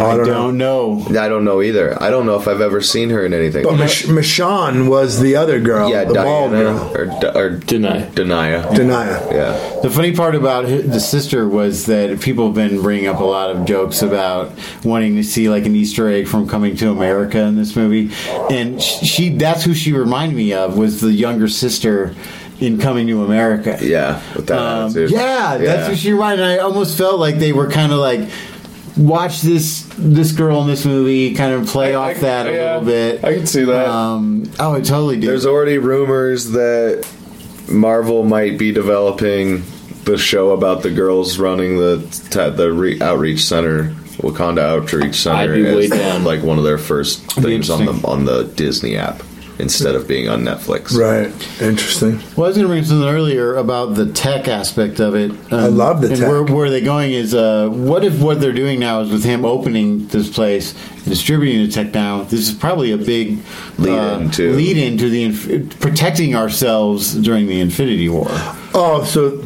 Speaker 9: I don't know.
Speaker 7: know.
Speaker 12: I don't know either. I don't know if I've ever seen her in anything.
Speaker 9: But Mich- Michonne was the other girl,
Speaker 12: yeah,
Speaker 9: the bald
Speaker 12: Diana
Speaker 9: girl,
Speaker 12: or, D- or
Speaker 6: deny.
Speaker 12: Denia.
Speaker 9: Denia.
Speaker 12: yeah,
Speaker 7: The funny part about hi- the sister was that people have been bringing up a lot of jokes about wanting to see like an Easter egg from Coming to America in this movie, and sh- she that's who she reminded me of was the younger sister in Coming to America.
Speaker 12: yeah. With that
Speaker 7: Um,
Speaker 12: attitude.
Speaker 7: yeah, that's
Speaker 12: Yeah.
Speaker 7: what she reminded. me. I almost felt like they were kind of like watch this this girl in this movie, kind of play
Speaker 12: I-
Speaker 7: off
Speaker 12: I-
Speaker 7: that
Speaker 12: yeah,
Speaker 7: a little bit.
Speaker 12: I can see that.
Speaker 7: Um, oh, it totally did.
Speaker 12: There's already rumors that Marvel might be developing the show about the girls running the ta- the re- outreach center, Wakanda Outreach Center,
Speaker 6: I'd be way
Speaker 12: as,
Speaker 6: down.
Speaker 12: like one of their first
Speaker 7: be
Speaker 12: things on the
Speaker 7: interesting.
Speaker 12: on the Disney app instead of being on Netflix.
Speaker 9: Right. Interesting.
Speaker 7: Well, I was going to bring something earlier about the tech aspect of it. Um,
Speaker 9: I love the
Speaker 7: and
Speaker 12: Oh,
Speaker 9: tech.
Speaker 7: Where, where they're going is, uh, what if what they're doing now is with him opening this place, and distributing the tech now? This is probably a big
Speaker 12: Lead-in
Speaker 7: uh,
Speaker 12: to-
Speaker 7: lead into the inf- protecting ourselves during the Infinity War.
Speaker 9: Oh, so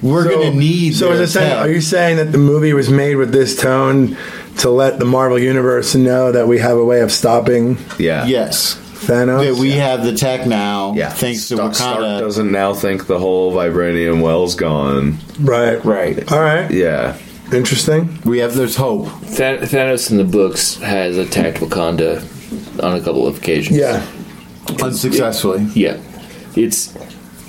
Speaker 7: We're
Speaker 9: so-
Speaker 7: going to need.
Speaker 9: So, is
Speaker 7: their
Speaker 9: it saying,
Speaker 7: tech.
Speaker 9: are you saying that the movie was made with this tone to let the Marvel universe know that we have a way of stopping
Speaker 12: Yeah.
Speaker 7: Yes.
Speaker 9: Thanos?
Speaker 7: That we have the tech now,
Speaker 12: Yeah.
Speaker 7: thanks to
Speaker 12: Stark- Stark
Speaker 7: Wakanda.
Speaker 12: doesn't now think the whole vibranium well's gone.
Speaker 9: right.
Speaker 7: Right.
Speaker 9: All right.
Speaker 12: Yeah.
Speaker 9: Interesting.
Speaker 7: We have. There's hope.
Speaker 6: Than- Thanos in the books has attacked Wakanda on a couple of occasions.
Speaker 9: Yeah.
Speaker 7: Unsuccessfully.
Speaker 6: yeah, it's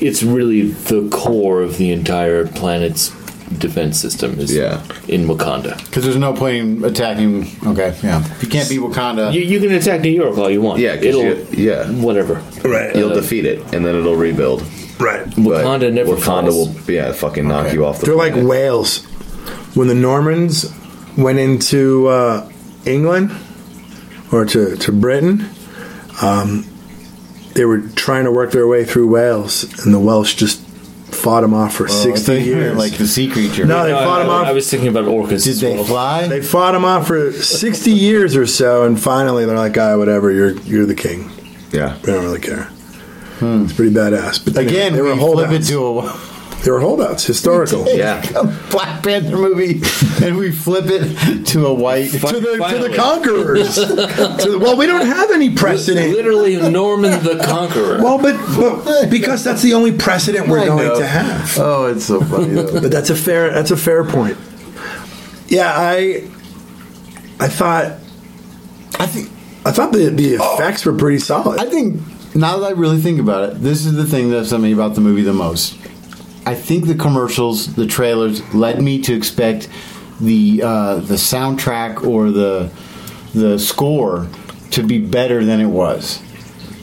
Speaker 6: it's really the core of the entire planet's defense system. Is
Speaker 12: Yeah.
Speaker 6: in Wakanda.
Speaker 7: Because there's no point in attacking. Okay. Yeah. You can't be Wakanda.
Speaker 6: You, you can attack New York all you want.
Speaker 12: Yeah, 'cause
Speaker 6: it'll
Speaker 12: you- yeah.
Speaker 6: whatever.
Speaker 9: Right.
Speaker 7: Uh,
Speaker 12: You'll defeat it and then it'll rebuild.
Speaker 9: Right.
Speaker 12: But
Speaker 6: Wakanda never
Speaker 12: Wakanda
Speaker 6: falls.
Speaker 12: will yeah, fucking knock you off the
Speaker 9: They're like
Speaker 12: planet.
Speaker 9: whales. When the Normans went into uh, England or to, to Britain, um, they were trying to work their way through Wales, and the Welsh just fought them off for
Speaker 7: Oh,
Speaker 9: 60
Speaker 7: I think you're
Speaker 9: years.
Speaker 7: Like the sea creature.
Speaker 9: No, they
Speaker 6: No,
Speaker 9: fought
Speaker 6: I,
Speaker 9: them
Speaker 6: I-
Speaker 9: off.
Speaker 6: I was thinking about orcas.
Speaker 7: Did
Speaker 6: as
Speaker 7: they
Speaker 6: well.
Speaker 7: fly?
Speaker 9: They fought him off for 60 years or so, and finally they're like, "Ah, whatever, you're you're the king.
Speaker 12: Yeah.
Speaker 9: We don't really care." It's pretty badass. But anyway,
Speaker 7: Hmm. Again,
Speaker 9: they were
Speaker 7: we flip it
Speaker 9: holdouts.
Speaker 7: to a
Speaker 9: They were holdouts, historical.
Speaker 12: Yeah.
Speaker 7: a Black Panther movie, and we flip it to a white.
Speaker 9: To the, to the
Speaker 6: Finally.
Speaker 9: conquerors. to the, well, we don't have any precedent.
Speaker 6: Literally, Norman the Conqueror.
Speaker 9: Well, but, but because that's the only precedent we're
Speaker 7: I
Speaker 9: going
Speaker 7: know.
Speaker 9: to have.
Speaker 7: oh, it's so funny. Though.
Speaker 9: But that's a fair that's a fair point. Yeah, I I thought
Speaker 7: I think.
Speaker 9: I thought the, the effects were pretty solid.
Speaker 7: I think now that I really think about it, this is the thing that upset me about the movie the most. I think the commercials, the trailers, led me to expect the uh, the soundtrack or the the score to be better than it was.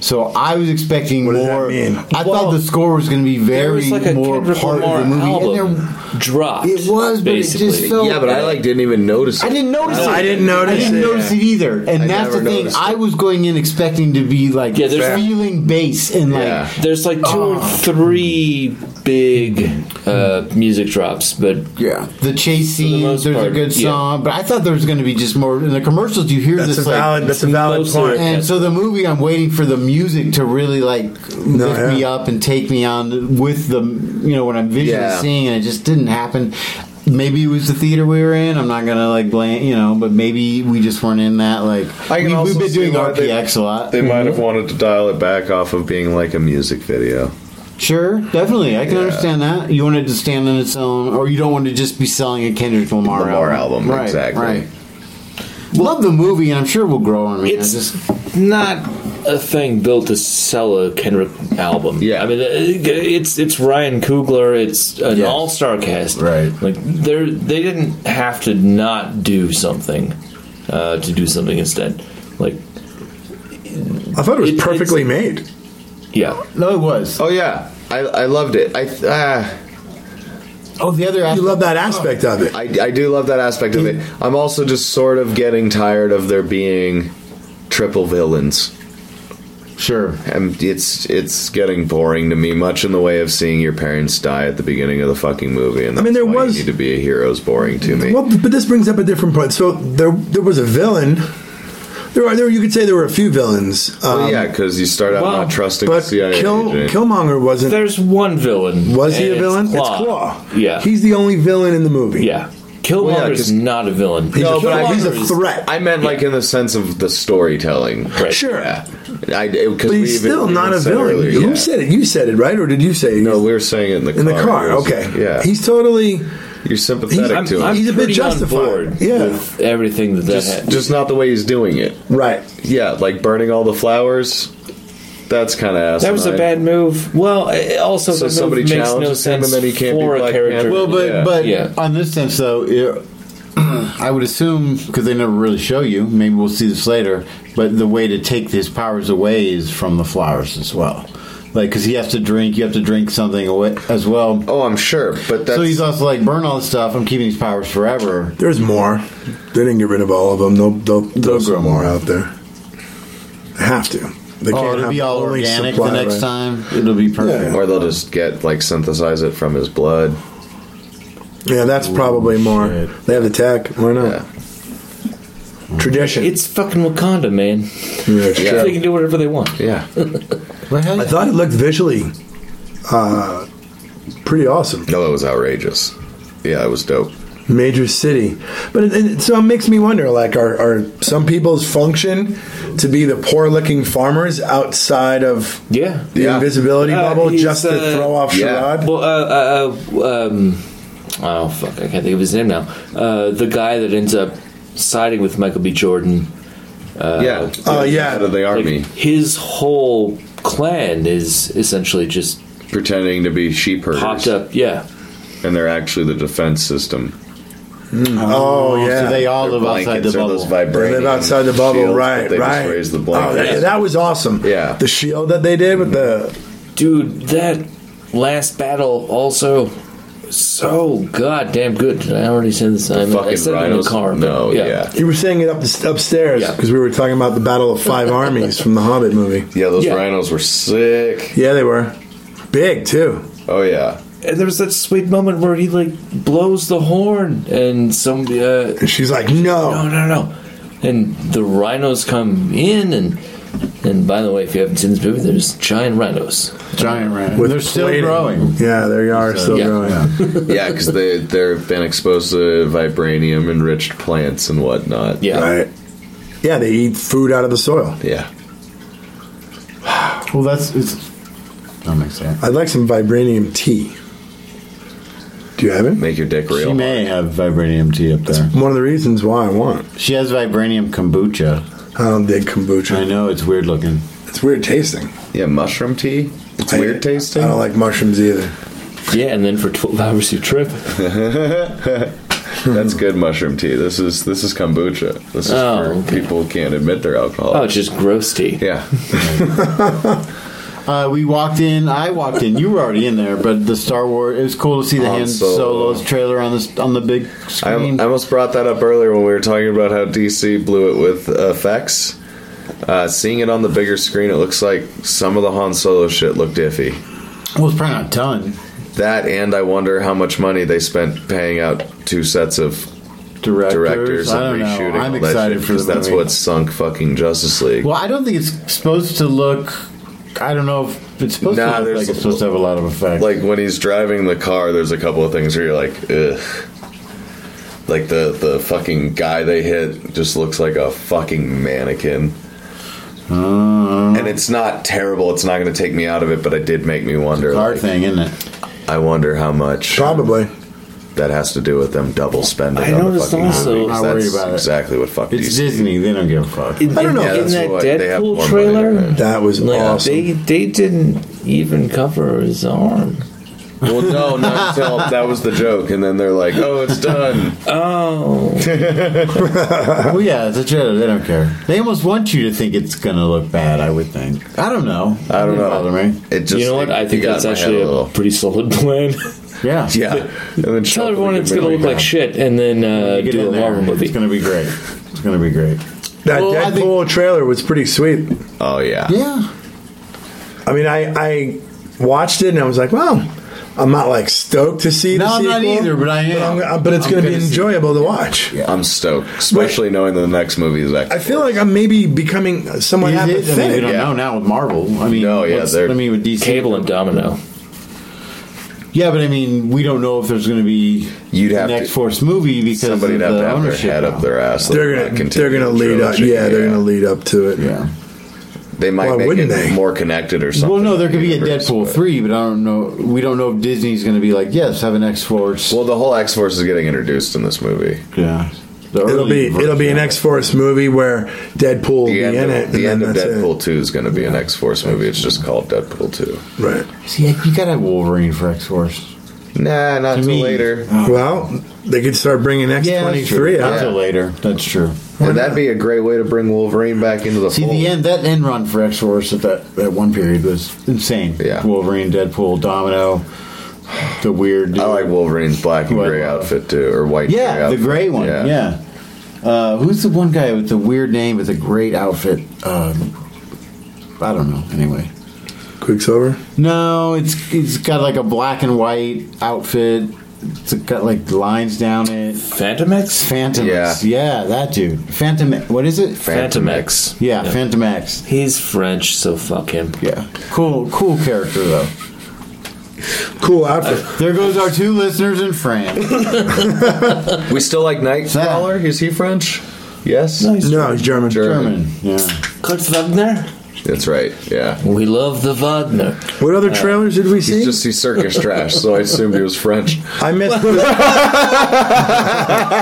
Speaker 7: So I was expecting
Speaker 9: What does that
Speaker 7: more.
Speaker 9: mean?
Speaker 7: I thought the score was going to be
Speaker 6: It
Speaker 7: very
Speaker 6: was like a
Speaker 7: more
Speaker 6: Kendrick
Speaker 7: part
Speaker 6: Lamar
Speaker 7: of the movie. And
Speaker 6: album
Speaker 7: there-
Speaker 6: dropped.
Speaker 7: it was, but it just
Speaker 6: basically.
Speaker 7: felt-
Speaker 12: Yeah, but I like didn't even notice it.
Speaker 7: I didn't notice it.
Speaker 9: I didn't notice
Speaker 7: I didn't
Speaker 9: it.
Speaker 7: notice it either. And
Speaker 12: I
Speaker 7: that's the
Speaker 12: never
Speaker 7: thing.
Speaker 12: noticed it.
Speaker 7: I was going in expecting to be like
Speaker 6: Yeah, there's-
Speaker 7: feeling bass and like
Speaker 12: Yeah.
Speaker 6: There's like two or
Speaker 7: Ah.
Speaker 6: three big uh, music drops, but
Speaker 7: Yeah, the chase
Speaker 6: the
Speaker 7: scene.
Speaker 6: most
Speaker 7: there's
Speaker 6: part,
Speaker 7: a good
Speaker 6: yeah.
Speaker 7: song, but I thought there was going to be just more in the commercials. You hear
Speaker 9: that's a
Speaker 7: this like,
Speaker 9: valid that's a valid
Speaker 6: Mostly-
Speaker 9: point.
Speaker 7: and so the movie. I'm waiting for the music to really like lift
Speaker 9: yeah.
Speaker 7: me up and take me on with the you know what I'm visually
Speaker 12: Yeah.
Speaker 7: seeing, and it just didn't happen. Maybe it was the theater we were in. I'm not gonna like blame you know, but maybe we just weren't in that. Like
Speaker 12: I can
Speaker 7: we,
Speaker 12: also
Speaker 7: have been
Speaker 12: see
Speaker 7: doing
Speaker 12: why they-
Speaker 7: RPX a lot.
Speaker 12: They might have wanted to dial it back off of being like a music video.
Speaker 4: Sure, definitely. I can
Speaker 9: Yeah.
Speaker 4: understand that. You want it to stand on its own, or you don't want to just be selling a Kendrick Lamar,
Speaker 9: Lamar album,
Speaker 4: Right,
Speaker 9: exactly.
Speaker 4: Right. Love the movie, and I'm sure it will grow on me. I
Speaker 6: It's
Speaker 4: just-
Speaker 6: not a thing built to sell a Kendrick album.
Speaker 9: Yeah.
Speaker 6: I mean, uh, it's it's Ryan Coogler. It's an
Speaker 4: Yes.
Speaker 6: all star cast.
Speaker 9: Right.
Speaker 6: Like they they didn't have to not do something uh, to do something instead. Like
Speaker 7: I thought it was
Speaker 6: It- it's-
Speaker 7: perfectly made.
Speaker 6: yeah,
Speaker 4: no, it was.
Speaker 9: Oh yeah, I, I loved it. I uh,
Speaker 4: Oh, the other
Speaker 7: You
Speaker 4: aspect.
Speaker 7: love that aspect of it.
Speaker 9: I I do love that aspect of it. I'm also just sort of getting tired of there being triple villains.
Speaker 4: Sure.
Speaker 9: And it's it's getting boring to me, much in the way of seeing your parents die at the beginning of the fucking movie. And
Speaker 7: I mean,
Speaker 9: that's
Speaker 7: there
Speaker 9: why you
Speaker 7: was-
Speaker 9: need to be a hero is boring to me.
Speaker 7: Well, but this brings up a different point. So there, there was a villain. There are there. You could say there were a few villains. Um,
Speaker 9: Well, yeah, because you start out
Speaker 6: well,
Speaker 9: not trusting the
Speaker 7: but
Speaker 9: CIA
Speaker 7: Kill,
Speaker 9: agent.
Speaker 7: Killmonger wasn't.
Speaker 6: there's one villain.
Speaker 7: was he
Speaker 6: and
Speaker 7: a
Speaker 6: it's
Speaker 7: villain?
Speaker 6: Claw.
Speaker 7: It's Claw.
Speaker 6: Yeah.
Speaker 7: he's the only villain in the movie.
Speaker 6: yeah. Killmonger's
Speaker 9: 'cause-
Speaker 6: not a villain.
Speaker 7: he's,
Speaker 9: No,
Speaker 7: a,
Speaker 9: but I-
Speaker 7: he's a
Speaker 6: Killmonger is-
Speaker 7: threat.
Speaker 9: I meant like in the sense of the storytelling.
Speaker 6: Right.
Speaker 7: sure,
Speaker 9: Yeah. I, it, 'cause
Speaker 7: but
Speaker 9: we
Speaker 7: he's
Speaker 9: even-
Speaker 7: still
Speaker 9: we
Speaker 7: not
Speaker 9: even
Speaker 7: a
Speaker 9: said
Speaker 7: villain.
Speaker 9: earlier, yeah.
Speaker 7: Who said it? You said it, right? Or did you say it?
Speaker 9: No, we were saying it in the car.
Speaker 7: in the car.
Speaker 9: It was-
Speaker 7: Okay.
Speaker 9: Yeah.
Speaker 7: He's totally.
Speaker 9: You're sympathetic
Speaker 7: I'm-
Speaker 9: to him.
Speaker 7: I'm- He's a bit
Speaker 6: pretty on
Speaker 7: justified.
Speaker 6: board
Speaker 7: Yeah.
Speaker 6: with everything that that
Speaker 9: just,
Speaker 6: had.
Speaker 9: just not the way he's doing it.
Speaker 7: Right.
Speaker 9: Yeah, like burning all the flowers. That's kind of asinine.
Speaker 6: That was a bad move. Well, eh, also
Speaker 9: So
Speaker 6: the
Speaker 9: somebody
Speaker 6: move makes no
Speaker 9: challenges him and
Speaker 6: sense
Speaker 9: then he can't be
Speaker 6: for a
Speaker 9: Black
Speaker 6: character.
Speaker 9: Panther.
Speaker 4: Well, but
Speaker 9: Yeah.
Speaker 4: but
Speaker 6: Yeah.
Speaker 4: on this sense though, it, I would assume because they never really show you. Maybe we'll see this later. But the way to take his powers away is from the flowers as well. Like because he has to drink, you have to drink something away as well.
Speaker 9: Oh, I'm sure, but that's
Speaker 4: so he's also like, burn all this stuff. I'm keeping these powers forever.
Speaker 7: There's more. They didn't get rid of all of them. They'll they'll, they'll
Speaker 4: grow
Speaker 7: grow more out there. They have to. They
Speaker 4: Oh, it'll
Speaker 7: have
Speaker 4: be all
Speaker 7: only
Speaker 4: organic
Speaker 7: supply,
Speaker 4: the next
Speaker 7: right?
Speaker 4: time. It'll be perfect.
Speaker 9: or they'll just get like synthesize it from his blood.
Speaker 7: Yeah, that's probably more.
Speaker 4: shit.
Speaker 7: They have the tech. Why not?
Speaker 9: Yeah.
Speaker 7: Tradition.
Speaker 6: It's fucking Wakanda, man.
Speaker 7: Yeah, sure.
Speaker 9: Yeah.
Speaker 6: They can do whatever they want.
Speaker 9: Yeah,
Speaker 7: I thought it looked visually uh, pretty awesome.
Speaker 9: no, it was outrageous. Yeah, it was dope.
Speaker 7: Major city, but it, it, so it makes me wonder. Like, are, are some people's function to be the poor-looking farmers outside of
Speaker 6: Yeah.
Speaker 7: the
Speaker 9: Yeah.
Speaker 7: invisibility
Speaker 6: Uh,
Speaker 7: bubble
Speaker 6: he's,
Speaker 7: just to
Speaker 6: uh,
Speaker 7: throw off
Speaker 9: yeah.
Speaker 7: charade?
Speaker 6: Well, uh, uh, uh, um, oh fuck, I can't think of his name now. Uh, the guy that ends up siding with Michael B. Jordan. Uh,
Speaker 9: yeah,
Speaker 7: Oh, yeah.
Speaker 9: out of the
Speaker 6: Like,
Speaker 9: army,
Speaker 6: his whole clan is essentially just
Speaker 9: pretending to be sheep herders,
Speaker 6: popped up. Yeah.
Speaker 9: and they're actually the defense system.
Speaker 7: Oh, yeah.
Speaker 4: So they all
Speaker 9: Their
Speaker 4: live outside the
Speaker 9: blankets are those
Speaker 4: bubble.
Speaker 7: They
Speaker 9: vibranium
Speaker 7: live outside the bubble,
Speaker 9: shields, but
Speaker 7: right?
Speaker 9: They just
Speaker 7: right.
Speaker 9: raise the
Speaker 7: Oh,
Speaker 9: blanket.
Speaker 7: that, that was awesome.
Speaker 9: Yeah.
Speaker 7: the shield that they did with the
Speaker 6: Dude, that last battle also so goddamn good. Did I already said this? I, mean, I
Speaker 9: fucking
Speaker 6: said it in
Speaker 9: rhinos?
Speaker 6: the car. but
Speaker 9: No, yeah.
Speaker 7: you were saying it up upstairs
Speaker 6: Yeah.
Speaker 7: because we were talking about the Battle of Five Armies from the Hobbit movie.
Speaker 9: Yeah, those
Speaker 6: Yeah.
Speaker 9: rhinos were sick.
Speaker 7: Yeah, they were big too.
Speaker 9: Oh yeah,
Speaker 6: And there was that sweet moment where he like blows the horn and some uh,
Speaker 7: And she's like,
Speaker 6: no
Speaker 7: no.
Speaker 6: no no, and the rhinos come in and and by the way, if you haven't seen this movie, there's giant rhinos.
Speaker 4: Giant rat.
Speaker 7: With
Speaker 4: They're still
Speaker 7: plating.
Speaker 4: growing.
Speaker 7: Yeah, they are still
Speaker 6: Yeah.
Speaker 7: growing.
Speaker 9: yeah, because they they've been exposed to vibranium enriched plants and whatnot.
Speaker 6: Yeah.
Speaker 7: Right. Yeah, they eat food out of the soil.
Speaker 9: yeah.
Speaker 4: Well, that's it's. That makes sense.
Speaker 7: I'd like some vibranium tea. Do you have it?
Speaker 9: Make your dick real.
Speaker 4: She may have vibranium tea up there.
Speaker 7: One of the reasons why I want. it.
Speaker 4: She has vibranium kombucha.
Speaker 7: I don't dig kombucha.
Speaker 4: I know it's weird looking.
Speaker 7: It's weird tasting.
Speaker 9: Yeah, mushroom tea. It's
Speaker 7: I-
Speaker 9: weird tasting.
Speaker 7: I don't like mushrooms either.
Speaker 6: Yeah, and then for 12 hours you trip.
Speaker 9: That's good mushroom tea. This is this is kombucha. This is
Speaker 6: Oh,
Speaker 9: for
Speaker 6: okay.
Speaker 9: people who can't admit their alcohol.
Speaker 6: Oh, it's just gross tea.
Speaker 9: yeah,
Speaker 4: Uh, we walked in. I walked in. You were already in there, but the Star Wars. It was cool to see the
Speaker 9: Han
Speaker 4: Han
Speaker 9: Solo.
Speaker 4: Solo's trailer on this on the big
Speaker 9: I, I
Speaker 4: screen.
Speaker 9: almost brought that up earlier when we were talking about how DC blew it with effects. Uh, seeing it on the bigger screen, it looks like some of the Han Solo shit looked iffy.
Speaker 4: well, it's probably not done
Speaker 9: That and I wonder how much money they spent paying out two sets of
Speaker 4: directors.
Speaker 9: directors
Speaker 4: I don't
Speaker 9: and reshooting.
Speaker 4: know. I'm
Speaker 9: all that
Speaker 4: excited
Speaker 9: shit,
Speaker 4: for
Speaker 9: 'cause
Speaker 4: the
Speaker 9: that's
Speaker 4: movie.
Speaker 9: what sunk fucking Justice League.
Speaker 4: Well, I don't think it's supposed to look. I don't know if it's supposed
Speaker 9: Nah,
Speaker 4: to look
Speaker 9: there's
Speaker 4: like
Speaker 9: a-
Speaker 4: it's supposed to have a lot of effects.
Speaker 9: like when he's driving the car, there's a couple of things where you're like, ugh. Like the the fucking guy they hit just looks like a fucking mannequin.
Speaker 4: Uh-huh.
Speaker 7: And it's not terrible. It's not going to take me out of it, but it did make me wonder.
Speaker 9: Hard
Speaker 7: like,
Speaker 9: thing, isn't it?
Speaker 7: I wonder how much
Speaker 5: Probably.
Speaker 7: that has to do with them double spending.
Speaker 6: I
Speaker 7: on
Speaker 6: noticed
Speaker 7: the fucking
Speaker 6: also-
Speaker 7: movies.
Speaker 9: Not worried
Speaker 7: That's
Speaker 9: about it.
Speaker 7: Exactly what fuck
Speaker 9: It's
Speaker 7: DC.
Speaker 9: Disney. They don't give a fuck.
Speaker 6: In,
Speaker 5: I don't know.
Speaker 6: In,
Speaker 7: That's
Speaker 6: that
Speaker 7: what- they have
Speaker 6: Deadpool
Speaker 7: more money
Speaker 6: trailer,
Speaker 7: than that.
Speaker 5: That was
Speaker 6: like,
Speaker 5: awesome.
Speaker 6: they they didn't even cover his arm.
Speaker 7: Well, no, not until that was the joke, and then they're like, "Oh, it's done."
Speaker 6: Oh,
Speaker 9: Well, yeah, it's a trailer. They don't care. They almost want you to think it's gonna look bad. I would think. I don't know.
Speaker 7: I don't
Speaker 9: Doesn't
Speaker 7: know.
Speaker 9: Bother me.
Speaker 7: It just
Speaker 6: you know what?
Speaker 7: it-
Speaker 6: I
Speaker 7: it
Speaker 6: think
Speaker 7: got
Speaker 6: that's
Speaker 7: in my head
Speaker 6: actually a
Speaker 7: little.
Speaker 6: pretty solid plan.
Speaker 9: Yeah.
Speaker 7: yeah. And then
Speaker 6: Tell everyone it's gonna look like
Speaker 7: shit.
Speaker 6: shit, and then uh,
Speaker 9: You get
Speaker 6: do a
Speaker 9: in there.
Speaker 6: Marvel
Speaker 9: It's
Speaker 6: movie.
Speaker 9: gonna be great. It's gonna be great.
Speaker 5: That
Speaker 9: Well, I
Speaker 5: Deadpool trailer was pretty sweet.
Speaker 7: Oh yeah.
Speaker 9: Yeah.
Speaker 5: I mean, I, I watched it and I was like, wow, I'm not like stoked to see
Speaker 9: No,
Speaker 5: the
Speaker 9: I'm
Speaker 5: sequel.
Speaker 9: not either, but I am.
Speaker 5: But, I'm- but it's
Speaker 9: I'm
Speaker 5: going to be
Speaker 9: gonna see
Speaker 5: enjoyable to watch.
Speaker 7: I'm stoked, especially knowing that the next movie is
Speaker 5: I
Speaker 7: actually.
Speaker 5: feel like I'm maybe becoming somewhat
Speaker 9: Is it? I mean, we
Speaker 5: apathetic.
Speaker 9: don't
Speaker 7: Yeah.
Speaker 9: know now with Marvel. I mean,
Speaker 7: No, yeah,
Speaker 9: what's-
Speaker 7: they're-
Speaker 9: I mean with DC.
Speaker 6: Cable and Domino.
Speaker 9: Yeah, but I mean, we don't know if there's going to be
Speaker 7: You'd have
Speaker 9: the next
Speaker 7: to-
Speaker 9: Force movie because
Speaker 7: somebody'd
Speaker 9: of
Speaker 7: have
Speaker 9: the
Speaker 7: to have their
Speaker 9: ownership
Speaker 7: head
Speaker 9: now.
Speaker 7: up their ass.
Speaker 5: They're
Speaker 7: not
Speaker 5: going to they're
Speaker 7: continuing
Speaker 5: going to
Speaker 7: the
Speaker 5: lead up. Yeah,
Speaker 7: trilogy.
Speaker 5: they're going to lead up to it.
Speaker 9: Yeah.
Speaker 7: They might
Speaker 5: Why
Speaker 7: make it
Speaker 5: wouldn't they?
Speaker 7: more connected or something.
Speaker 9: Well, no, there could be a
Speaker 7: Universe,
Speaker 9: Deadpool
Speaker 7: but-
Speaker 9: three, but I don't know. We don't know if Disney's going to be like, yes, have an X Force.
Speaker 7: Well, the whole X Force is getting introduced in this movie.
Speaker 9: yeah, The
Speaker 5: It'll
Speaker 9: early
Speaker 5: be it'll be an
Speaker 9: version.
Speaker 5: X Force movie where Deadpool will be
Speaker 7: The end,
Speaker 5: in
Speaker 7: of,
Speaker 5: it.
Speaker 7: the
Speaker 5: and
Speaker 7: end
Speaker 5: then
Speaker 7: of
Speaker 5: that's it.
Speaker 7: Deadpool 2 is going to be an X Force movie. It's just called Deadpool 2.
Speaker 5: Right.
Speaker 9: See, you got to have Wolverine for X Force.
Speaker 7: Nah, not
Speaker 9: To
Speaker 7: till
Speaker 9: me.
Speaker 7: later.
Speaker 5: Well, they could start bringing X twenty three out.
Speaker 9: Until later, that's true.
Speaker 7: And that'd be a great way to bring Wolverine back into the
Speaker 9: See,
Speaker 7: fold.
Speaker 9: the end that end run for X Force at that that one period was insane.
Speaker 7: Yeah.
Speaker 9: Wolverine, Deadpool, Domino, the weird.
Speaker 7: I like Wolverine's black and gray outfit too, or white. gray
Speaker 9: Yeah, the
Speaker 7: outfit.
Speaker 9: gray one. Yeah. Uh, who's the one guy with the weird name with the great outfit? Um, I don't know. Anyway,
Speaker 5: Quicksilver.
Speaker 9: no, it's it's got like a black and white outfit. It's got like lines down it.
Speaker 6: Phantom X.
Speaker 9: Phantom.
Speaker 7: Yeah.
Speaker 9: X. yeah, that dude. Phantom. What is it?
Speaker 6: Phantom X.
Speaker 9: yeah, Phantom X.
Speaker 6: He's French, so fuck him.
Speaker 9: Yeah, cool, cool character though.
Speaker 5: Cool outfit.
Speaker 9: There goes our two listeners in France.
Speaker 7: We still like Nightcrawler. Is he French? Yes.
Speaker 5: no, he's German.
Speaker 9: German. Yeah.
Speaker 6: Kurt Wagner.
Speaker 7: That's right. Yeah.
Speaker 6: We love the Wagner.
Speaker 5: What other trailers did we see?
Speaker 7: He's just he's circus trash, so I assumed he was French.
Speaker 5: I missed.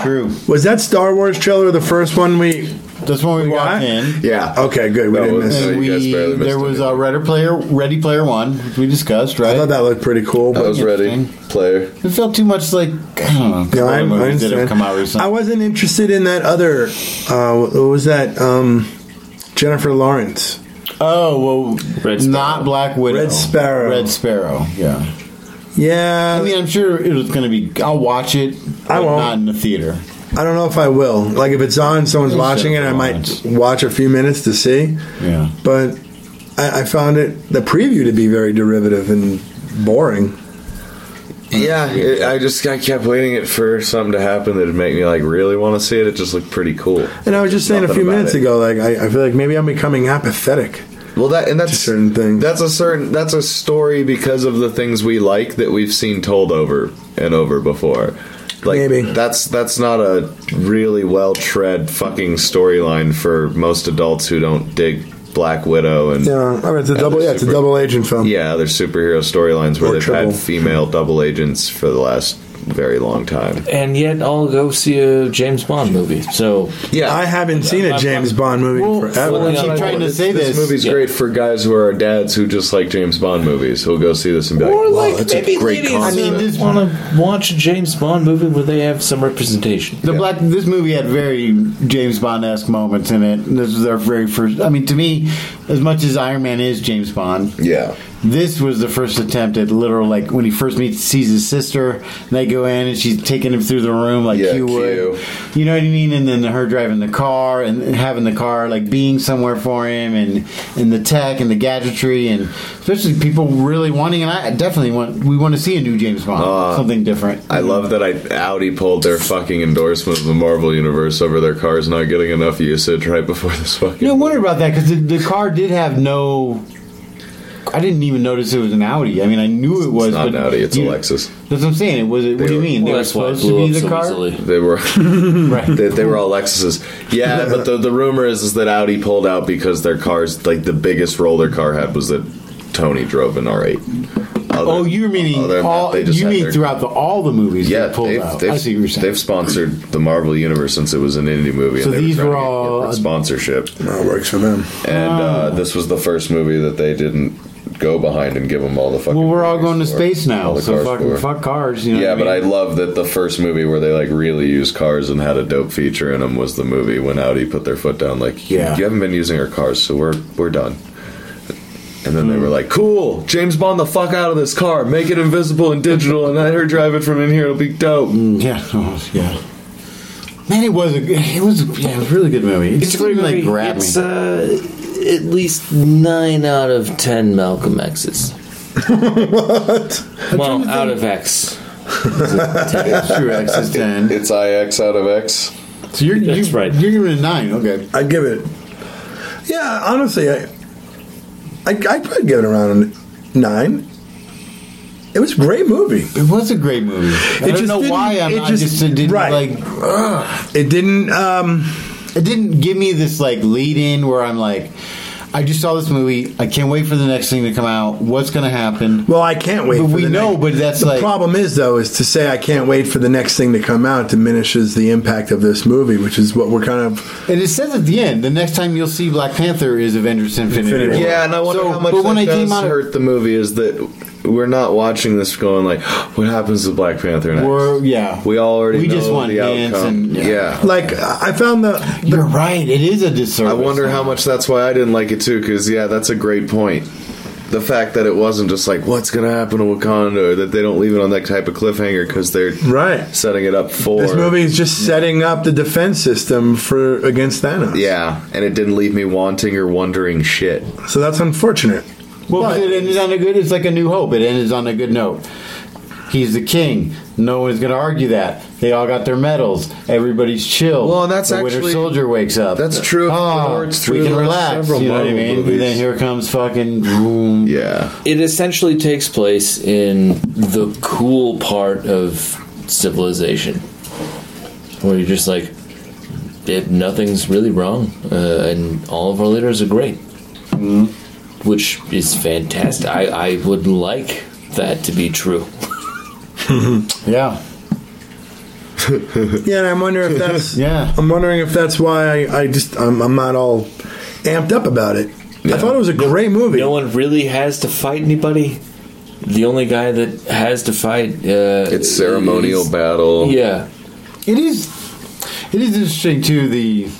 Speaker 9: True.
Speaker 5: was that Star Wars trailer the first one we?
Speaker 9: That's when we walked
Speaker 5: What?
Speaker 9: in.
Speaker 7: Yeah.
Speaker 5: Okay, good. We
Speaker 7: That
Speaker 5: didn't
Speaker 7: was-
Speaker 5: miss.
Speaker 7: So
Speaker 5: it.
Speaker 9: And
Speaker 7: you guys
Speaker 9: we,
Speaker 7: barely missed
Speaker 9: there
Speaker 7: it.
Speaker 9: was a Ready Player Ready Player One, which we discussed,
Speaker 5: I
Speaker 9: right?
Speaker 5: thought that looked pretty cool.
Speaker 7: I
Speaker 5: But
Speaker 7: was ready. Player.
Speaker 9: It felt too much like I don't know.
Speaker 5: Yeah, I-
Speaker 9: Corona
Speaker 5: I
Speaker 9: movies that have
Speaker 5: understand.
Speaker 9: come out recently.
Speaker 5: I wasn't interested in that other. Uh, what was that? Um, Jennifer Lawrence.
Speaker 9: oh well,
Speaker 6: Red
Speaker 9: not
Speaker 6: Sparrow.
Speaker 9: Black Widow.
Speaker 5: Red Sparrow.
Speaker 9: Red Sparrow. Yeah.
Speaker 5: Yeah,
Speaker 9: I mean, I'm sure it was going to be. I'll watch it.
Speaker 5: I
Speaker 9: but
Speaker 5: won't.
Speaker 9: Not in the theater.
Speaker 5: I don't know if I will. Like, if it's on, someone's
Speaker 9: It's
Speaker 5: watching it, I
Speaker 9: Jennifer
Speaker 5: might
Speaker 9: Lawrence.
Speaker 5: watch a few minutes to see.
Speaker 9: Yeah.
Speaker 5: But I, I found it the preview to be very derivative and boring.
Speaker 7: Yeah, it, I just I kept waiting it for something to happen that'd make me like really want to see it. It just looked pretty cool.
Speaker 5: And I was just saying a
Speaker 7: Nothing
Speaker 5: few
Speaker 7: about
Speaker 5: minutes
Speaker 7: it.
Speaker 5: ago, like I, I feel like maybe I'm becoming apathetic.
Speaker 7: Well, that and that's
Speaker 5: To certain things.
Speaker 7: That's a certain that's a story because of the things we like that we've seen told over and over before. Like
Speaker 5: Maybe.
Speaker 7: that's that's not a really well tread fucking storyline for most adults who don't dig Black Widow and yeah,
Speaker 5: Yeah, I mean, it's a
Speaker 7: Yeah,
Speaker 5: double.
Speaker 7: they're
Speaker 5: Yeah, it's a
Speaker 7: super-
Speaker 5: double agent film.
Speaker 7: other superhero storylines where
Speaker 5: Or
Speaker 7: they've
Speaker 5: triple.
Speaker 7: had female double agents for the last very long time.
Speaker 6: And yet, I'll go see a James Bond movie. So
Speaker 7: Yeah,
Speaker 5: I haven't seen a James Bond movie
Speaker 9: Well,
Speaker 5: forever.
Speaker 9: well,
Speaker 6: I keep
Speaker 9: I'm trying to
Speaker 7: This-
Speaker 9: say
Speaker 7: this,
Speaker 9: this.
Speaker 7: movie's
Speaker 6: Yeah.
Speaker 7: great for guys who are dads who just like James Bond movies. Who'll go see this and be like,
Speaker 6: Or
Speaker 7: "Wow,
Speaker 6: like
Speaker 7: that's
Speaker 6: maybe
Speaker 7: a great
Speaker 6: ladies
Speaker 7: concept."
Speaker 9: I mean, this-
Speaker 6: want to watch a James Bond movie where they have some representation.
Speaker 9: The black. This movie had very James Bond esque moments in it. This was our very first. I mean, to me, as much as Iron Man is James Bond,
Speaker 7: yeah,
Speaker 9: This was the first attempt at literal, like when he first meets sees his sister. And they go in and she's taking him through the room like
Speaker 7: Yeah,
Speaker 9: you
Speaker 7: Q.
Speaker 9: would, you know what I mean? And then her driving the car and having the car like being somewhere for him, and and the tech and the gadgetry, and especially people really wanting. And I definitely want we want to see a new James Bond, something different.
Speaker 7: I love that I Audi pulled their fucking endorsement of the Marvel universe over their cars not getting enough usage right before this fucking.
Speaker 9: You know, I wonder about that because the, the car did have no
Speaker 4: I didn't even notice it was an Audi. I mean, I knew it was.
Speaker 9: It's not an
Speaker 4: but
Speaker 9: Audi, it's a
Speaker 4: you-
Speaker 9: Lexus.
Speaker 4: That's what I'm saying. It was. It, what do you
Speaker 9: were-
Speaker 4: mean?
Speaker 6: Well,
Speaker 4: they were
Speaker 6: that's why it
Speaker 4: supposed to
Speaker 6: blew
Speaker 4: be
Speaker 6: up
Speaker 4: the
Speaker 6: so
Speaker 4: car.
Speaker 6: easily.
Speaker 9: They were
Speaker 4: Right.
Speaker 9: they, they were all Lexuses. Yeah, but the, the rumor is, is that Audi pulled out because their cars, like the biggest role their car had was that Tony drove an R8. Other-
Speaker 4: Oh, you're meaning
Speaker 9: other than that,
Speaker 4: all?
Speaker 9: they just
Speaker 4: you
Speaker 9: had
Speaker 4: mean
Speaker 9: their-
Speaker 4: throughout the, all the movies?
Speaker 9: Yeah,
Speaker 4: they pulled
Speaker 9: they've,
Speaker 4: out.
Speaker 9: They've,
Speaker 4: I see what you're saying.
Speaker 9: they've sponsored the Marvel universe since it was an indie movie.
Speaker 4: So
Speaker 9: and they
Speaker 4: these
Speaker 9: trying
Speaker 4: were
Speaker 9: to get
Speaker 4: all-
Speaker 9: corporate sponsorship,
Speaker 7: Well, it works for them.
Speaker 9: and uh, this was the first movie that they didn't go behind and give them all the fucking.
Speaker 4: Well, we're all
Speaker 9: movies
Speaker 4: going to
Speaker 9: for,
Speaker 4: space
Speaker 9: all
Speaker 4: now,
Speaker 9: the
Speaker 4: so
Speaker 9: cars
Speaker 4: fuck,
Speaker 9: for.
Speaker 4: fuck cars. You know
Speaker 9: yeah,
Speaker 4: what
Speaker 9: but I
Speaker 4: mean?
Speaker 9: love that the first movie where they like really used cars and had a dope feature in them was the movie when Audi put their foot down, like, you,
Speaker 4: Yeah.
Speaker 9: you haven't been using our cars, so we're we're done. And then they were like, "Cool, James Bond, the fuck out of this car, make it invisible and digital, and let her drive it from in here. It'll be dope."
Speaker 4: Yeah, oh, yeah. Man, it was a it was yeah, it was a really good movie. It just didn't like grab
Speaker 6: It's
Speaker 4: me.
Speaker 6: uh, at least nine out of ten Malcolm X's. what? Well, out of X.
Speaker 4: True X is ten.
Speaker 9: It's IX out of X.
Speaker 4: So you're
Speaker 6: That's
Speaker 4: you,
Speaker 6: right.
Speaker 4: You're giving it a nine. Okay.
Speaker 7: I'd give it. Yeah, honestly, I, I I'd probably give it around a nine. It was a great movie.
Speaker 4: It was a great movie. I
Speaker 7: just
Speaker 4: don't know
Speaker 7: didn't-
Speaker 4: why I'm,
Speaker 7: it
Speaker 4: I
Speaker 7: just-
Speaker 4: just, didn't
Speaker 7: right.
Speaker 4: like. ugh.
Speaker 7: It didn't. Um,
Speaker 4: It didn't give me this like lead in where I'm like, I just saw this movie. I can't wait for the next thing to come out. What's gonna happen?
Speaker 7: well, I can't wait.
Speaker 4: But
Speaker 7: for
Speaker 4: we
Speaker 7: the
Speaker 4: know,
Speaker 7: next-
Speaker 4: but that's
Speaker 7: the
Speaker 4: like-
Speaker 7: problem is though is to say I can't wait for the next thing to come out diminishes the impact of this movie, which is what we're kind of.
Speaker 4: And it says at the end, the next time you'll see Black Panther is Avengers Infinity.
Speaker 7: Infinity
Speaker 4: War.
Speaker 7: War.
Speaker 9: Yeah, and I wonder
Speaker 4: So-
Speaker 9: how much
Speaker 4: but
Speaker 9: that
Speaker 4: when I
Speaker 9: does
Speaker 4: came out of-
Speaker 9: hurt the movie is that we're not watching this going like, what happens to Black Panther next?
Speaker 4: We're, yeah.
Speaker 9: we all already
Speaker 4: We
Speaker 9: know
Speaker 4: just want
Speaker 9: the
Speaker 4: hints
Speaker 9: outcome.
Speaker 4: and-
Speaker 9: yeah.
Speaker 4: yeah.
Speaker 7: Like I I found the, the
Speaker 4: You're right. It is a disservice.
Speaker 9: I wonder how much that's why I didn't like it too. Because yeah, that's a great point. The fact that it wasn't just like what's gonna happen to Wakanda, or that they don't leave it on that type of cliffhanger because they're
Speaker 7: Right.
Speaker 9: setting it up for
Speaker 7: This movie is just setting up the defense system for against Thanos.
Speaker 9: Yeah, and it didn't leave me wanting or wondering shit.
Speaker 7: So that's unfortunate.
Speaker 4: Well, but it ended on a good. It's like a new hope. It ended on a good note. He's the king. No one's going to argue that. They all got their medals. Everybody's chill.
Speaker 9: Well, and that's
Speaker 4: the Winter
Speaker 9: actually-
Speaker 4: Soldier wakes up.
Speaker 9: That's true if it
Speaker 4: Oh,
Speaker 9: works through
Speaker 4: we can
Speaker 9: the last
Speaker 4: relax.
Speaker 9: several
Speaker 4: You know what I
Speaker 9: Marvel
Speaker 4: mean?
Speaker 9: movies.
Speaker 4: Then here comes fucking. Vroom.
Speaker 9: Yeah,
Speaker 6: It essentially takes place in the cool part of civilization, where you're just like, it, nothing's really wrong, uh, and all of our leaders are great, Mm-hmm. which is fantastic. I, I would like that to be true.
Speaker 4: Yeah.
Speaker 7: Yeah, and I'm wondering if that's
Speaker 4: Yeah.
Speaker 7: I'm wondering if that's why I, I just I'm, I'm not all amped up about it. I thought it was a great movie.
Speaker 6: No one really has to fight anybody. The only guy that has to fight, uh,
Speaker 9: it's ceremonial
Speaker 6: is-
Speaker 9: battle.
Speaker 6: Yeah,
Speaker 4: It is. It is interesting too. The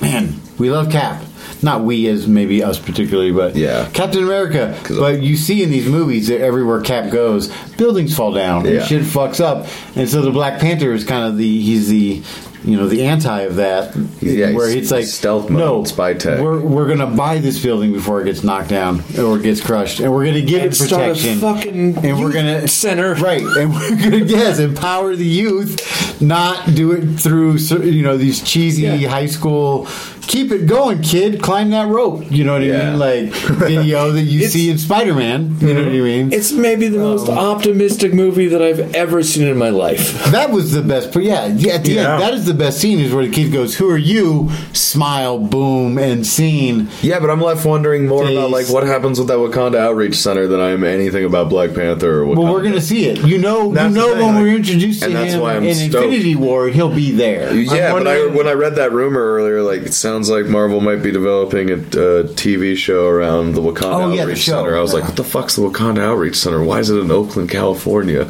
Speaker 4: man we love Cap. Not we as maybe us particularly, but
Speaker 9: Yeah.
Speaker 4: Captain America.
Speaker 9: 'Cause-
Speaker 4: But you see in these movies that everywhere Cap goes, buildings fall down
Speaker 9: Yeah.
Speaker 4: and shit fucks up. And so the Black Panther is kind of the he's the you know the anti of that.
Speaker 9: Yeah,
Speaker 4: where
Speaker 9: he's-
Speaker 4: he's like
Speaker 9: he's stealth mode,
Speaker 4: no
Speaker 9: spy tech."
Speaker 4: We're we're gonna buy this building before it gets knocked down or gets crushed, and we're gonna give
Speaker 6: And
Speaker 4: it
Speaker 6: start a
Speaker 4: protection.
Speaker 6: fucking
Speaker 4: and we're
Speaker 6: youth
Speaker 4: gonna
Speaker 6: center.
Speaker 4: right? And we're gonna yes, empower the youth, not do it through cer- you know these cheesy high school. Keep it going, kid. Climb that rope. You know what
Speaker 9: Yeah.
Speaker 4: I mean? Like video that you see in Spider Man. You know what I mean?
Speaker 6: it's maybe the most optimistic movie that I've ever seen in my life.
Speaker 4: That was the best, but yeah, yeah, at the
Speaker 7: Yeah.
Speaker 4: end, that is the best scene is where the kid goes, "Who are you?" Smile, boom, and scene.
Speaker 9: Yeah, but I'm left wondering more about like
Speaker 4: Days.
Speaker 9: what happens with that Wakanda Outreach Center than I'm anything about Black Panther or Wakanda.
Speaker 4: Well, we're gonna see it. You know,
Speaker 7: That's
Speaker 4: you
Speaker 7: the
Speaker 4: know
Speaker 7: thing,
Speaker 4: when
Speaker 7: like-
Speaker 4: we're introduced to
Speaker 9: And that's
Speaker 4: him
Speaker 9: why I'm
Speaker 4: in
Speaker 9: stoked.
Speaker 4: Infinity War, he'll be there.
Speaker 9: Yeah,
Speaker 7: I'm
Speaker 9: but I,
Speaker 7: wondering-
Speaker 9: when I read that rumor earlier, like it sounds like Marvel might be developing a, uh TV show around the Wakanda
Speaker 4: Oh, yeah, the
Speaker 9: Outreach
Speaker 4: show.
Speaker 9: Center. I was like, what the fuck's the Wakanda Outreach Center? Why is it in Oakland, California?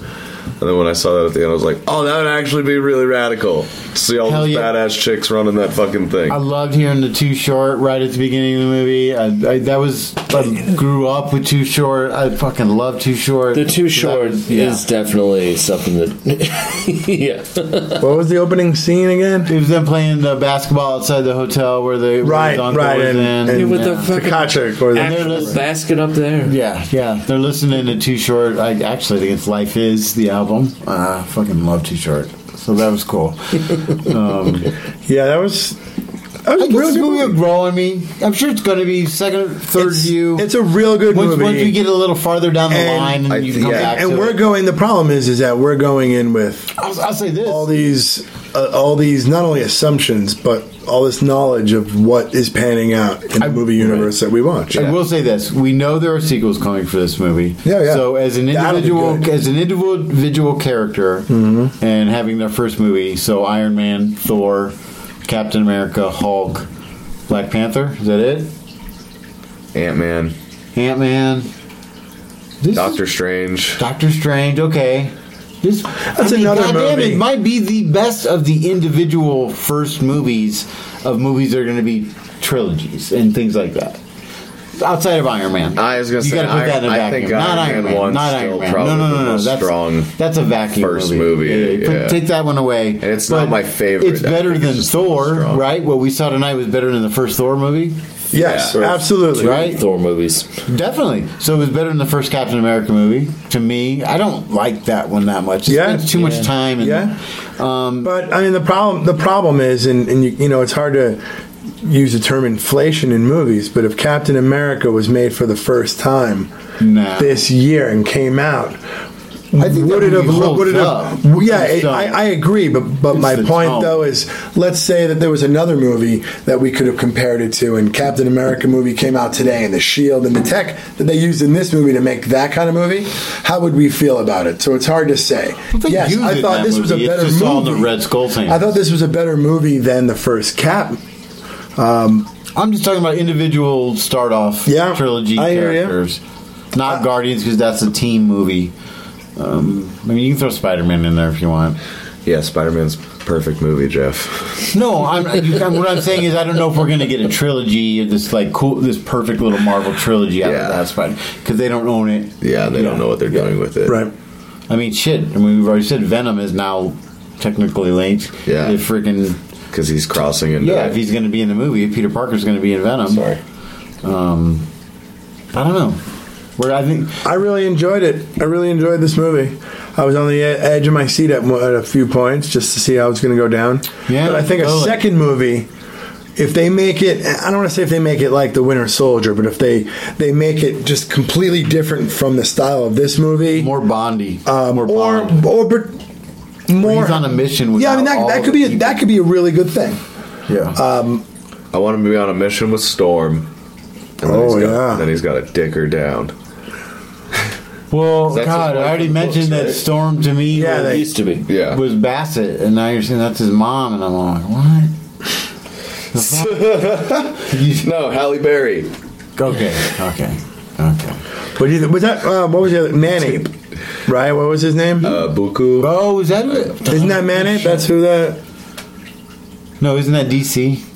Speaker 9: And then when I saw that at the end, I was like, oh, that would actually be really radical to see all
Speaker 4: Hell
Speaker 9: those
Speaker 4: yeah.
Speaker 9: badass chicks running that fucking thing.
Speaker 4: I loved hearing the Too Short right at the beginning of the movie. I, I, that was I grew up with Too Short. I fucking love Too Short.
Speaker 6: The Too Short
Speaker 4: That- yeah.
Speaker 6: is definitely something that, yeah.
Speaker 7: what was the opening scene again?
Speaker 4: It was them playing the basketball outside the hotel where they
Speaker 7: Right, right, and, and,
Speaker 4: yeah.
Speaker 6: with the fuck-
Speaker 7: Tkaczyk or the,
Speaker 4: they're
Speaker 6: Actual
Speaker 4: listening.
Speaker 6: basket up there.
Speaker 4: yeah, yeah, they're listening to Too Short. I actually think it's Life Is the album. I fucking love Too Short, so that was cool.
Speaker 7: yeah, that was I
Speaker 4: I guess
Speaker 7: really
Speaker 4: this movie will
Speaker 7: movie.
Speaker 4: grow on me. I'm sure it's going to be second, third
Speaker 7: It's-
Speaker 4: view.
Speaker 7: it's a real good
Speaker 4: once,
Speaker 7: movie.
Speaker 4: Once we get a little farther down the
Speaker 7: And-
Speaker 4: line, and
Speaker 9: I-
Speaker 4: you come
Speaker 9: yeah.
Speaker 4: back to
Speaker 7: And we're
Speaker 4: it.
Speaker 7: going. The problem is, is that we're going in with
Speaker 4: I'll, I'll say this.
Speaker 7: all these, uh, all these, not only assumptions, but all this knowledge of what is panning out in the
Speaker 4: I-
Speaker 7: movie universe that we watch.
Speaker 4: I will say this: we know there are sequels coming for this movie.
Speaker 7: Yeah, yeah.
Speaker 4: So as an
Speaker 7: That'll be
Speaker 4: individual,
Speaker 7: good. Mm-hmm.
Speaker 4: as an individual character, and having their first movie, so Iron Man, Thor, Captain America, Hulk, Black Panther. Is that it?
Speaker 9: Ant Man,
Speaker 4: Ant Man.
Speaker 9: Doctor Strange.
Speaker 4: Doctor Strange. Okay. This,
Speaker 7: That's another
Speaker 4: goddamn,
Speaker 7: movie.
Speaker 4: It might be the best of the individual first movies of movies that are going to be trilogies and things like that. Outside of Iron Man,
Speaker 9: I was gonna
Speaker 4: you
Speaker 9: say,
Speaker 4: gotta put that in a
Speaker 9: I- I
Speaker 4: vacuum.
Speaker 9: think
Speaker 4: not
Speaker 9: Iron
Speaker 4: Iron
Speaker 9: Man
Speaker 4: Man,
Speaker 9: one's
Speaker 4: not
Speaker 9: still
Speaker 4: Iron Man. No,
Speaker 9: probably
Speaker 4: no,
Speaker 9: the
Speaker 4: no, no.
Speaker 9: most
Speaker 4: That's
Speaker 9: strong
Speaker 4: That's a vacuum
Speaker 9: first movie,
Speaker 4: put-
Speaker 9: yeah.
Speaker 4: Take that one away. And
Speaker 9: it's not my favorite.
Speaker 4: It's
Speaker 9: I
Speaker 4: better
Speaker 9: think it's
Speaker 4: than
Speaker 9: just the most
Speaker 4: Thor,
Speaker 9: strong.
Speaker 4: right? What we saw tonight was better than the first Thor movie,
Speaker 7: yes,
Speaker 6: Yeah.
Speaker 7: absolutely.
Speaker 4: right?
Speaker 6: Thor movies.
Speaker 4: Definitely. So it was better than the first Captain America movie. To me, I don't like that one that much. It
Speaker 7: Yeah.
Speaker 4: spends too much time. And,
Speaker 7: Yeah.
Speaker 4: Um,
Speaker 7: But I mean, the problem the problem is, and, and you, you know, it's hard to use the term inflation in movies. But if Captain America was made for the first time
Speaker 4: nah.
Speaker 7: this year and came out,
Speaker 4: I think that
Speaker 7: would it have?
Speaker 4: movie
Speaker 7: Would it
Speaker 4: holds
Speaker 7: have?
Speaker 4: up.
Speaker 7: Yeah,
Speaker 4: It's
Speaker 7: it,
Speaker 4: done.
Speaker 7: I, I agree. But but
Speaker 4: It's
Speaker 7: my
Speaker 4: the
Speaker 7: point
Speaker 4: tone.
Speaker 7: though is, let's say that there was another movie that we could have compared it to, and Captain America movie came out today, and the Shield and the tech that they used in this movie to make that kind of movie, how would we feel about it? So it's hard to say.
Speaker 4: Well, they
Speaker 7: Yes,
Speaker 4: used it
Speaker 7: I
Speaker 4: in
Speaker 7: thought
Speaker 4: that
Speaker 7: this was a
Speaker 4: movie. It's
Speaker 7: better
Speaker 4: just all
Speaker 7: movie.
Speaker 4: the Red Skull thing.
Speaker 7: I thought this was a better movie than the first Cap.
Speaker 4: I'm just talking about individual start off
Speaker 7: Yeah,
Speaker 4: trilogy
Speaker 7: I hear ya. Uh,
Speaker 4: characters, not Guardians because that's a team movie. Um, I mean, you can throw Spider Man in there if you want.
Speaker 9: Yeah, Spider Man's perfect movie, Jeff.
Speaker 4: No, I'm, you- I'm- what I'm saying is I don't know if we're going to get a trilogy, this like cool, this perfect little Marvel trilogy out
Speaker 9: Yeah.
Speaker 4: of that Spider because they don't own it.
Speaker 9: Yeah, they don't know what they're doing with it.
Speaker 7: Right.
Speaker 4: I mean, shit. I mean, we've already said Venom is now technically linked.
Speaker 9: Yeah.
Speaker 4: They freaking
Speaker 9: Because he's crossing into.
Speaker 4: yeah. If he's going to be in the movie, if Peter Parker's going to be in Venom.
Speaker 9: Sorry.
Speaker 4: Um, I don't know. Where I think
Speaker 7: I really enjoyed it. I really enjoyed this movie. I was on the e- edge of my seat at, mo- at a few points just to see how it's going to go down.
Speaker 4: Yeah,
Speaker 7: but I think
Speaker 4: totally.
Speaker 7: a second movie, if they make it, I don't want to say if they make it like The Winter Soldier, but if they they make it just completely different from the style of this movie,
Speaker 4: more Bondy,
Speaker 7: um,
Speaker 4: more
Speaker 7: or
Speaker 4: Bond.
Speaker 7: or but more
Speaker 4: he's on a mission.
Speaker 7: Yeah, I mean
Speaker 4: without
Speaker 7: that,
Speaker 4: all
Speaker 7: that
Speaker 4: the
Speaker 7: could be a,
Speaker 4: people.
Speaker 7: that uh, could be a really good thing.
Speaker 4: Yeah.
Speaker 9: I want him to be on a mission with Storm. And then
Speaker 7: Oh,
Speaker 9: he's got,
Speaker 7: yeah.
Speaker 9: Then he's got to dick her down.
Speaker 4: well,
Speaker 9: that's
Speaker 4: God,
Speaker 9: his
Speaker 4: I already
Speaker 9: wife in the
Speaker 4: mentioned
Speaker 9: books,
Speaker 4: that
Speaker 9: right?
Speaker 4: Storm to me
Speaker 7: Yeah,
Speaker 4: was,
Speaker 7: they-
Speaker 6: Used to be.
Speaker 9: Yeah.
Speaker 4: was Bassett, and now you're saying that's his mom, and I'm like, what?
Speaker 9: no, Halle Berry.
Speaker 4: Okay, okay, okay.
Speaker 7: What do you th- was that? Uh, what was the other Manny? Right? What was his name?
Speaker 9: Uh, Buku.
Speaker 4: Oh, is that it?
Speaker 7: Isn't that Manny? That's who that.
Speaker 4: No, isn't that DC?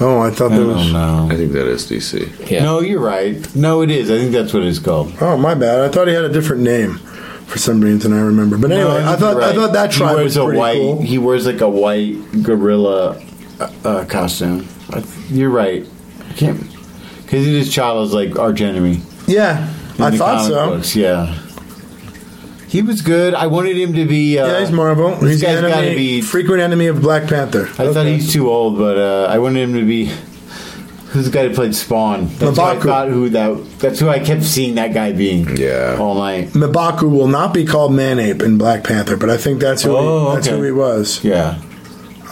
Speaker 7: Oh, I thought
Speaker 4: I
Speaker 7: that
Speaker 4: don't
Speaker 7: was.
Speaker 4: know.
Speaker 9: I think that is DC.
Speaker 6: Yeah.
Speaker 4: No, you're right. No, it is. I think that's what it's called.
Speaker 7: Oh, my bad. I thought he had a different name for some reason. I remember, but anyway,
Speaker 4: No,
Speaker 7: I
Speaker 4: think
Speaker 7: thought
Speaker 4: you're
Speaker 7: I
Speaker 4: right.
Speaker 7: thought that
Speaker 4: he
Speaker 7: tribe
Speaker 4: wears
Speaker 7: was
Speaker 4: a
Speaker 7: pretty
Speaker 4: white.
Speaker 7: cool.
Speaker 4: He wears like a white gorilla uh, uh, costume. I, you're right. I can't because it is Chalo's like arch enemy.
Speaker 7: Yeah,
Speaker 4: in
Speaker 7: I
Speaker 4: the
Speaker 7: thought
Speaker 4: comic
Speaker 7: so.
Speaker 4: books, Yeah. He was good. I wanted him to be. Uh,
Speaker 7: yeah, he's Marvel.
Speaker 4: This
Speaker 7: He's the
Speaker 4: guy's got to
Speaker 7: enemy,
Speaker 4: be.
Speaker 7: frequent enemy of Black Panther.
Speaker 4: I thought he's too old, but uh, I wanted him to be. Who's the guy that played Spawn? That's who I
Speaker 7: M'Baku.
Speaker 4: thought who that. That's who I kept seeing that guy being.
Speaker 9: Yeah.
Speaker 4: All night.
Speaker 7: Mabaku will not be called Manape in Black Panther, but I think that's who
Speaker 4: Oh,
Speaker 7: he, that's
Speaker 4: okay.
Speaker 7: who he was.
Speaker 4: Yeah.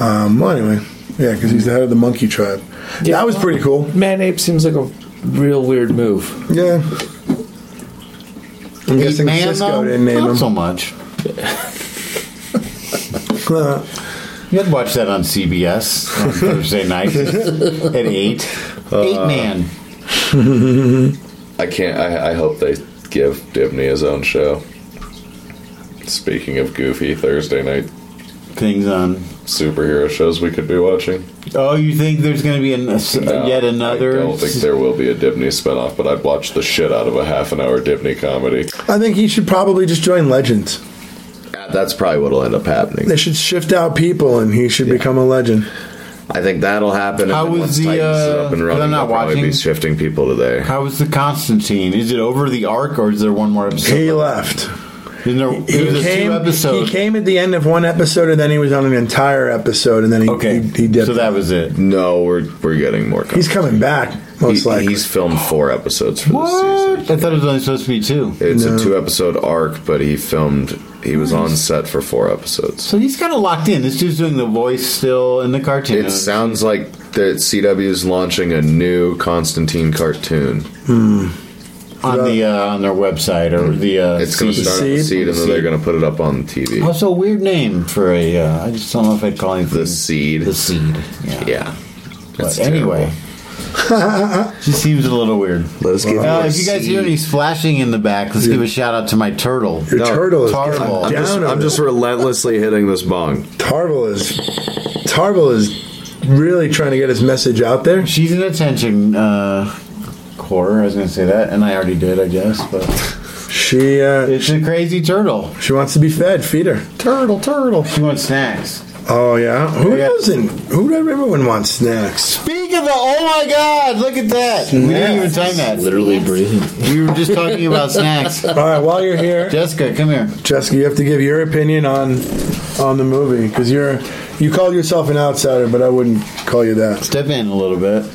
Speaker 7: Um, well, anyway, yeah, because he's the head of the monkey tribe. that was pretty cool.
Speaker 6: Man ape seems like a real weird move.
Speaker 7: Yeah. I'm
Speaker 4: Ape
Speaker 7: guessing
Speaker 4: Man,
Speaker 7: Cisco
Speaker 4: though?
Speaker 7: didn't name
Speaker 4: Not
Speaker 7: him.
Speaker 4: so much.
Speaker 7: Uh,
Speaker 4: You had to watch that on CBS on Thursday night at eight.
Speaker 7: Uh,
Speaker 4: eight man.
Speaker 9: I can't. I, I hope they give Dibney his own show. Speaking of goofy Thursday night
Speaker 4: Things on.
Speaker 9: superhero shows we could be watching.
Speaker 4: Oh, you think there's going to be an,
Speaker 9: No,
Speaker 4: yet another?
Speaker 9: I don't think there will be a Dibney spinoff, but I'd watch the shit out of a half an hour Dibney comedy.
Speaker 7: I think he should probably just join Legends.
Speaker 9: That's probably what'll end up happening.
Speaker 7: They should shift out people, and he should become a legend.
Speaker 9: I think that'll happen.
Speaker 4: How
Speaker 9: and then
Speaker 4: was
Speaker 9: once
Speaker 4: the,
Speaker 9: Titans is
Speaker 4: uh,
Speaker 9: up and running,
Speaker 4: I'm not
Speaker 9: they'll probably Be
Speaker 4: watching.
Speaker 9: shifting people to there.
Speaker 4: How is the Constantine? Is it over the arc or is there one more episode?
Speaker 7: He left.
Speaker 4: Isn't there-
Speaker 7: He
Speaker 4: it was a
Speaker 7: came.
Speaker 4: two episode.
Speaker 7: He came at the end of one episode, and then he was on an entire episode, and then he
Speaker 4: Okay,
Speaker 7: he, he dipped.
Speaker 4: so that was it.
Speaker 9: No, we're we're getting more.
Speaker 7: He's coming back, most
Speaker 9: He-
Speaker 7: likely.
Speaker 9: He's filmed four episodes for
Speaker 4: What?
Speaker 9: this season.
Speaker 4: I thought it was only supposed to be two.
Speaker 9: It's a two episode arc, but he filmed. He was on set for four episodes.
Speaker 4: So he's kind of locked in. This dude's doing the voice still in the cartoon.
Speaker 9: It sounds like that CW is launching a new Constantine cartoon.
Speaker 4: on the uh, on their website or the. Uh,
Speaker 9: It's going to
Speaker 4: seed.
Speaker 9: start on the
Speaker 7: Seed?
Speaker 9: seed, and then they're
Speaker 4: Seed.
Speaker 9: going to put it up on TV.
Speaker 4: Also, a weird name for a. Uh, I just don't know if I'd call anything
Speaker 9: The seed.
Speaker 4: The seed. Yeah.
Speaker 9: Yeah.
Speaker 4: But
Speaker 9: It's
Speaker 4: anyway, she seems a little weird.
Speaker 9: terrible. let's give
Speaker 4: Uh,
Speaker 9: it a
Speaker 4: if you guys
Speaker 9: seed.
Speaker 4: hear any splashing in the back, let's give a shout out to my turtle.
Speaker 7: Your
Speaker 9: No,
Speaker 7: turtle is
Speaker 4: Tarvel.
Speaker 7: down
Speaker 4: I'm
Speaker 9: Just-
Speaker 7: over
Speaker 9: I'm just
Speaker 7: there.
Speaker 9: relentlessly hitting this bong.
Speaker 7: Tarvel is Tarvel is really trying to get his message out there.
Speaker 4: She's an attention uh, quarter. I was going to say that, and I already did, I guess. But
Speaker 7: She uh,
Speaker 4: it's a crazy turtle.
Speaker 7: she wants to be fed. Feed her.
Speaker 4: Turtle, turtle. She wants snacks.
Speaker 7: Oh yeah. Who
Speaker 4: Yeah.
Speaker 7: doesn't? Who everyone wants snacks?
Speaker 4: Speak of the oh my god, look at that. We didn't even time that.
Speaker 6: Literally breathing.
Speaker 4: We were just talking about snacks.
Speaker 7: All right. While you're here,
Speaker 4: Jessica, come here.
Speaker 7: Jessica, you have to give your opinion on on the movie because you're you called yourself an outsider, but I wouldn't call you that.
Speaker 4: Step in a little bit.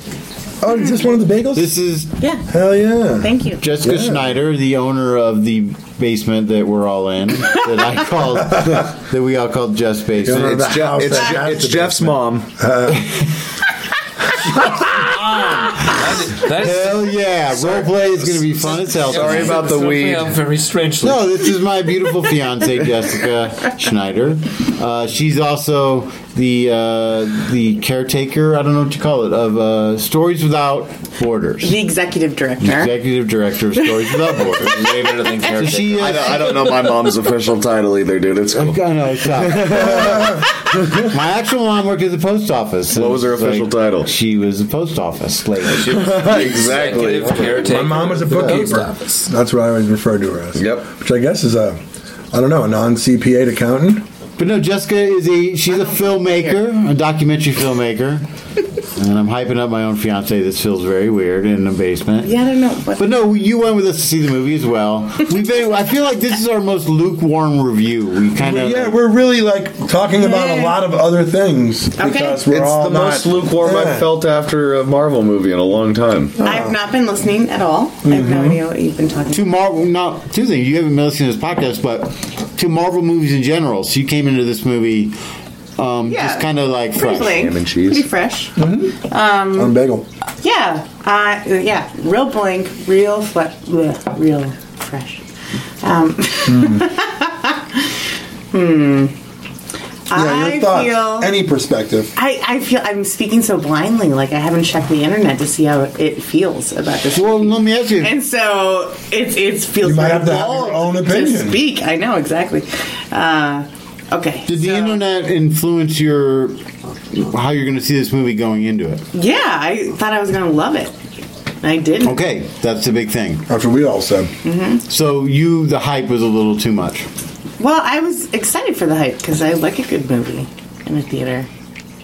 Speaker 7: Oh, is this one of the bagels?
Speaker 4: This is
Speaker 5: Yeah.
Speaker 7: Hell yeah!
Speaker 5: Thank you.
Speaker 4: Jessica
Speaker 7: Yeah.
Speaker 4: Schneider, the owner of the basement that we're all in, that I called, that we all called Jess
Speaker 7: The owner
Speaker 4: Basement.
Speaker 7: of the
Speaker 9: It's, Jeff,
Speaker 7: house
Speaker 9: it's,
Speaker 7: that
Speaker 9: Je-
Speaker 7: has
Speaker 9: it's
Speaker 7: the
Speaker 9: Jeff's
Speaker 7: basement.
Speaker 9: mom.
Speaker 6: That's
Speaker 4: Hell yeah, roleplay is going to be fun as hell.
Speaker 9: Sorry about the weed.
Speaker 6: up very strangely.
Speaker 4: No, this is my beautiful fiance Jessica Schneider. Uh, she's also the uh, the caretaker. I don't know what you call it of uh, Stories Without Borders.
Speaker 5: The executive director.
Speaker 4: Executive director of Stories Without Borders. So she
Speaker 9: I don't,
Speaker 4: is.
Speaker 9: I don't know my mom's official title either, dude. It's cool.
Speaker 4: I know, stop. My actual mom worked at the post office.
Speaker 9: What was her official title?
Speaker 4: She was a post office lady.
Speaker 9: exactly.
Speaker 7: My mom was a bookkeeper. That's what I always referred to her as.
Speaker 9: Yep.
Speaker 7: Which I guess is a, I don't know, a non CPA accountant.
Speaker 4: But no, Jessica is a she's a filmmaker, a documentary filmmaker. and I'm hyping up my own fiance. This feels very weird in a basement.
Speaker 5: Yeah, I don't know. What,
Speaker 4: But no, you went with us to see the movie as well. We've been, I feel like this is our most lukewarm review. We kind of
Speaker 7: yeah, we're really like talking about a lot of other things because we're
Speaker 9: It's
Speaker 7: all
Speaker 9: the most
Speaker 7: not-
Speaker 9: lukewarm
Speaker 7: Yeah.
Speaker 9: I've felt after a Marvel movie in a long time.
Speaker 5: I've not been listening at all. I have no idea what you've been talking
Speaker 4: two
Speaker 5: about.
Speaker 4: Marvel. Not two things. You haven't been listening to this podcast, but two Marvel movies in general. So you came into this movie um,
Speaker 5: Yeah.
Speaker 4: just kind of like
Speaker 5: Pretty
Speaker 4: fresh.
Speaker 5: blank,
Speaker 9: Ham and cheese.
Speaker 5: Pretty fresh.
Speaker 7: on bagel.
Speaker 5: Yeah. Uh, yeah. Real blank. Real fle- bleh, Real fresh. Um, hmm.
Speaker 7: Yeah, your
Speaker 5: I
Speaker 7: thoughts,
Speaker 5: feel.
Speaker 7: any perspective.
Speaker 5: I, I feel I'm speaking so blindly, like I haven't checked the internet to see how it feels about this.
Speaker 4: Well, let me ask you.
Speaker 5: And so it's it feels
Speaker 7: You might
Speaker 5: very
Speaker 7: have to have your
Speaker 5: bold
Speaker 7: own opinion.
Speaker 5: To speak, I know exactly. Uh, okay.
Speaker 4: Did the
Speaker 5: so-
Speaker 4: internet influence your how you're going to see this movie going into it?
Speaker 5: Yeah, I thought I was gonna love it. I didn't.
Speaker 4: Okay, that's the big thing.
Speaker 7: After we all said,
Speaker 4: So you, the hype was a little too much.
Speaker 5: Well, I was excited for the hype because I like a good movie in a theater.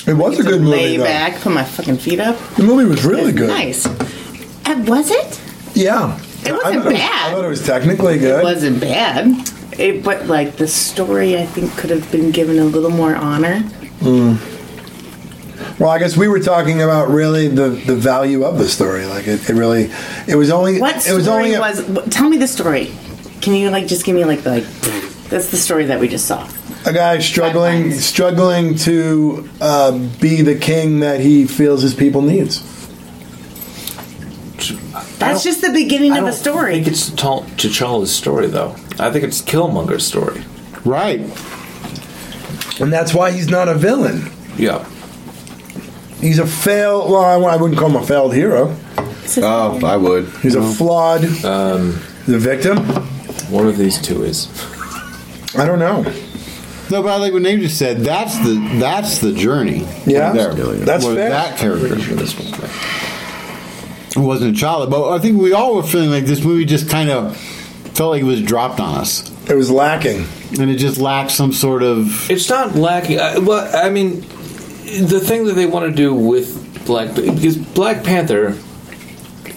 Speaker 7: it was a
Speaker 5: To
Speaker 7: good
Speaker 5: lay
Speaker 7: movie. Though.
Speaker 5: back, put my fucking feet up.
Speaker 7: The movie was really good.
Speaker 5: Nice. And was it?
Speaker 7: Yeah,
Speaker 5: It
Speaker 7: I
Speaker 5: wasn't
Speaker 7: thought
Speaker 5: bad.
Speaker 7: I thought it was technically good.
Speaker 5: It wasn't bad. It, but like the story, I think could have been given a little more honor.
Speaker 7: Well, I guess we were talking about really the, the value of the story. Like it, it really, it was only
Speaker 5: What
Speaker 7: it
Speaker 5: story
Speaker 7: was
Speaker 5: was,
Speaker 7: only a-
Speaker 5: wh- Tell me the story. Can you like just give me like the, like that's the story that we just saw.
Speaker 7: a guy struggling
Speaker 5: Guidelines.
Speaker 7: struggling to uh, be the king that he feels his people needs.
Speaker 5: That's just the beginning
Speaker 6: I
Speaker 5: of a
Speaker 6: don't
Speaker 5: story.
Speaker 6: think it's T'Chall- T'Challa's story, though. I think it's Killmonger's story.
Speaker 4: Right.
Speaker 7: And that's why he's not a villain.
Speaker 6: Yeah.
Speaker 7: He's a fail. Well, I, I wouldn't call him a failed hero.
Speaker 9: Oh, I would.
Speaker 7: He's a flawed. the victim.
Speaker 6: One of these two is.
Speaker 7: I don't know.
Speaker 4: No, but I like what Nate just said. That's the that's the journey.
Speaker 7: Yeah.
Speaker 4: There.
Speaker 7: That's
Speaker 4: With
Speaker 7: fair.
Speaker 4: That character.
Speaker 6: This one.
Speaker 4: It wasn't a child, but I think we all were feeling like this movie just kind of felt like it was dropped on us,
Speaker 7: It was lacking.
Speaker 4: and it just lacked some sort of.
Speaker 6: It's not lacking. I, well, I mean, the thing that they want to do with Black because Black Panther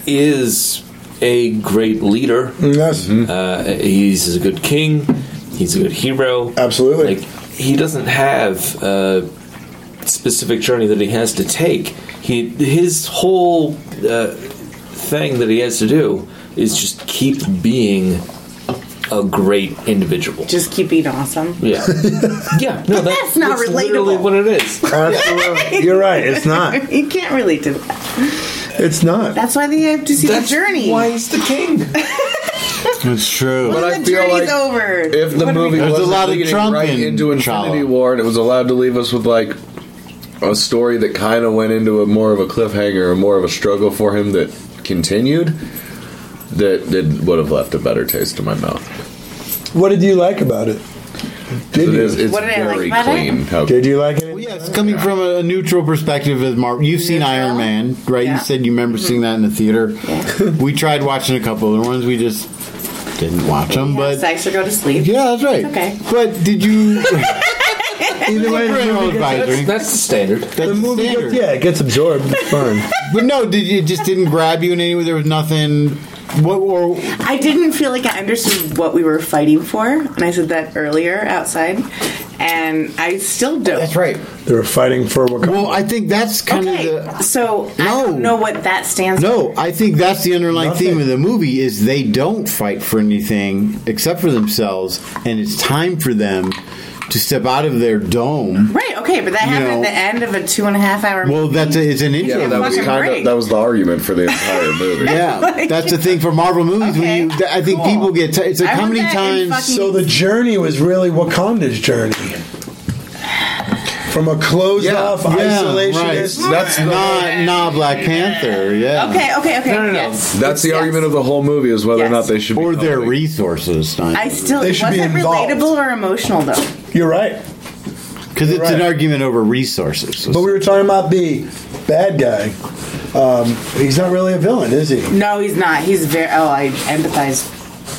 Speaker 6: is a great leader.
Speaker 7: Yes.
Speaker 6: Mm-hmm. Uh, he's a good king. he's a good hero.
Speaker 7: Oh, Absolutely.
Speaker 6: Like he doesn't have a specific journey that he has to take. He his whole uh, thing that he has to do is just keep being a great individual.
Speaker 5: Just keep being awesome.
Speaker 6: Yeah, yeah. No, that-
Speaker 5: That's not
Speaker 6: literally
Speaker 5: relatable.
Speaker 6: what it is.
Speaker 7: Absolutely. You're right. It's not.
Speaker 5: You can't relate to that.
Speaker 7: It's not.
Speaker 5: That's why they have to see
Speaker 6: That's
Speaker 5: the journey.
Speaker 6: Why he's the king?
Speaker 4: It's true.
Speaker 9: But
Speaker 5: the
Speaker 9: I feel
Speaker 5: journey's
Speaker 9: like
Speaker 5: over.
Speaker 9: if the
Speaker 5: What do we-
Speaker 9: movie
Speaker 4: There's a
Speaker 9: wasn't
Speaker 4: lot of
Speaker 9: leading
Speaker 4: Trump
Speaker 9: right
Speaker 4: in
Speaker 9: into Infinity
Speaker 4: T'Challa.
Speaker 9: War and it was allowed to leave us with like a story that kind of went into a more of a cliffhanger or more of a struggle for him that continued, that that would have left a better taste in my mouth.
Speaker 7: What did you like about it? Did
Speaker 9: It
Speaker 7: you?
Speaker 9: is, it's
Speaker 5: What did I like
Speaker 9: very
Speaker 5: about it?
Speaker 9: clean. How
Speaker 7: Did you like it?
Speaker 4: Yes, coming from a, a neutral perspective as Marvel. You've seen
Speaker 5: Neutral?
Speaker 4: Iron Man, right?
Speaker 5: Yeah.
Speaker 4: You said you remember seeing that in the theater. we tried watching a couple of the ones. We just didn't watch them,
Speaker 5: Have
Speaker 4: but
Speaker 5: sex or go to sleep.
Speaker 4: yeah, that's right.
Speaker 5: okay.
Speaker 4: But did you? Either way, parental
Speaker 6: That's,
Speaker 4: advisory.
Speaker 6: that's the standard.
Speaker 4: That's
Speaker 7: The movie
Speaker 4: standard.
Speaker 7: gets, yeah, it gets absorbed. It's fun.
Speaker 4: But no, did you, it just didn't grab you in any way? There was nothing. What or
Speaker 5: I didn't feel like I understood what we were fighting for, and I said that earlier outside, and I still don't.
Speaker 4: right.
Speaker 7: They were fighting for what?
Speaker 4: Well, I think that's kind
Speaker 5: Okay,
Speaker 4: of the
Speaker 5: so I don't
Speaker 4: No.
Speaker 5: know what that stands
Speaker 4: No, I think that's the underlying
Speaker 7: Nothing.
Speaker 4: theme of the movie is they don't fight for anything except for themselves, and it's time for them to step out of their dome.
Speaker 5: for. Right, okay, but that
Speaker 4: You
Speaker 5: happened
Speaker 4: know.
Speaker 5: at the end of a two and a half hour
Speaker 4: Well, that's a, it's an intro.
Speaker 9: yeah, that was
Speaker 5: fucking
Speaker 9: kind
Speaker 5: break.
Speaker 9: of that was the argument for the entire movie.
Speaker 4: yeah, that's the thing for Marvel movies.
Speaker 5: Okay,
Speaker 4: when you, I think
Speaker 5: cool.
Speaker 4: people get t- it's like
Speaker 5: I
Speaker 4: how
Speaker 5: want
Speaker 4: many
Speaker 5: that in
Speaker 4: times?
Speaker 5: fucking-
Speaker 7: So the journey was really Wakanda's journey. From a closed
Speaker 9: Yeah,
Speaker 7: off
Speaker 4: yeah,
Speaker 7: isolationist.
Speaker 4: right.
Speaker 9: That's the,
Speaker 4: Not, not Black Panther, yeah,
Speaker 5: Okay, okay, okay.
Speaker 6: no, no.
Speaker 5: Yes.
Speaker 9: that's the
Speaker 5: Yes.
Speaker 9: argument of the whole movie is whether
Speaker 5: Yes.
Speaker 9: or not they should
Speaker 4: or
Speaker 9: be
Speaker 4: their
Speaker 9: public.
Speaker 4: resources,
Speaker 5: I still
Speaker 7: They
Speaker 5: it
Speaker 7: should be
Speaker 5: wasn't
Speaker 7: involved.
Speaker 5: relatable or emotional though.
Speaker 7: You're right.
Speaker 4: because it's an
Speaker 7: Right.
Speaker 4: argument over resources.
Speaker 7: But we were talking about the bad guy. Um, he's not really a villain, is he?
Speaker 5: No, he's not. He's very. Oh, I empathize.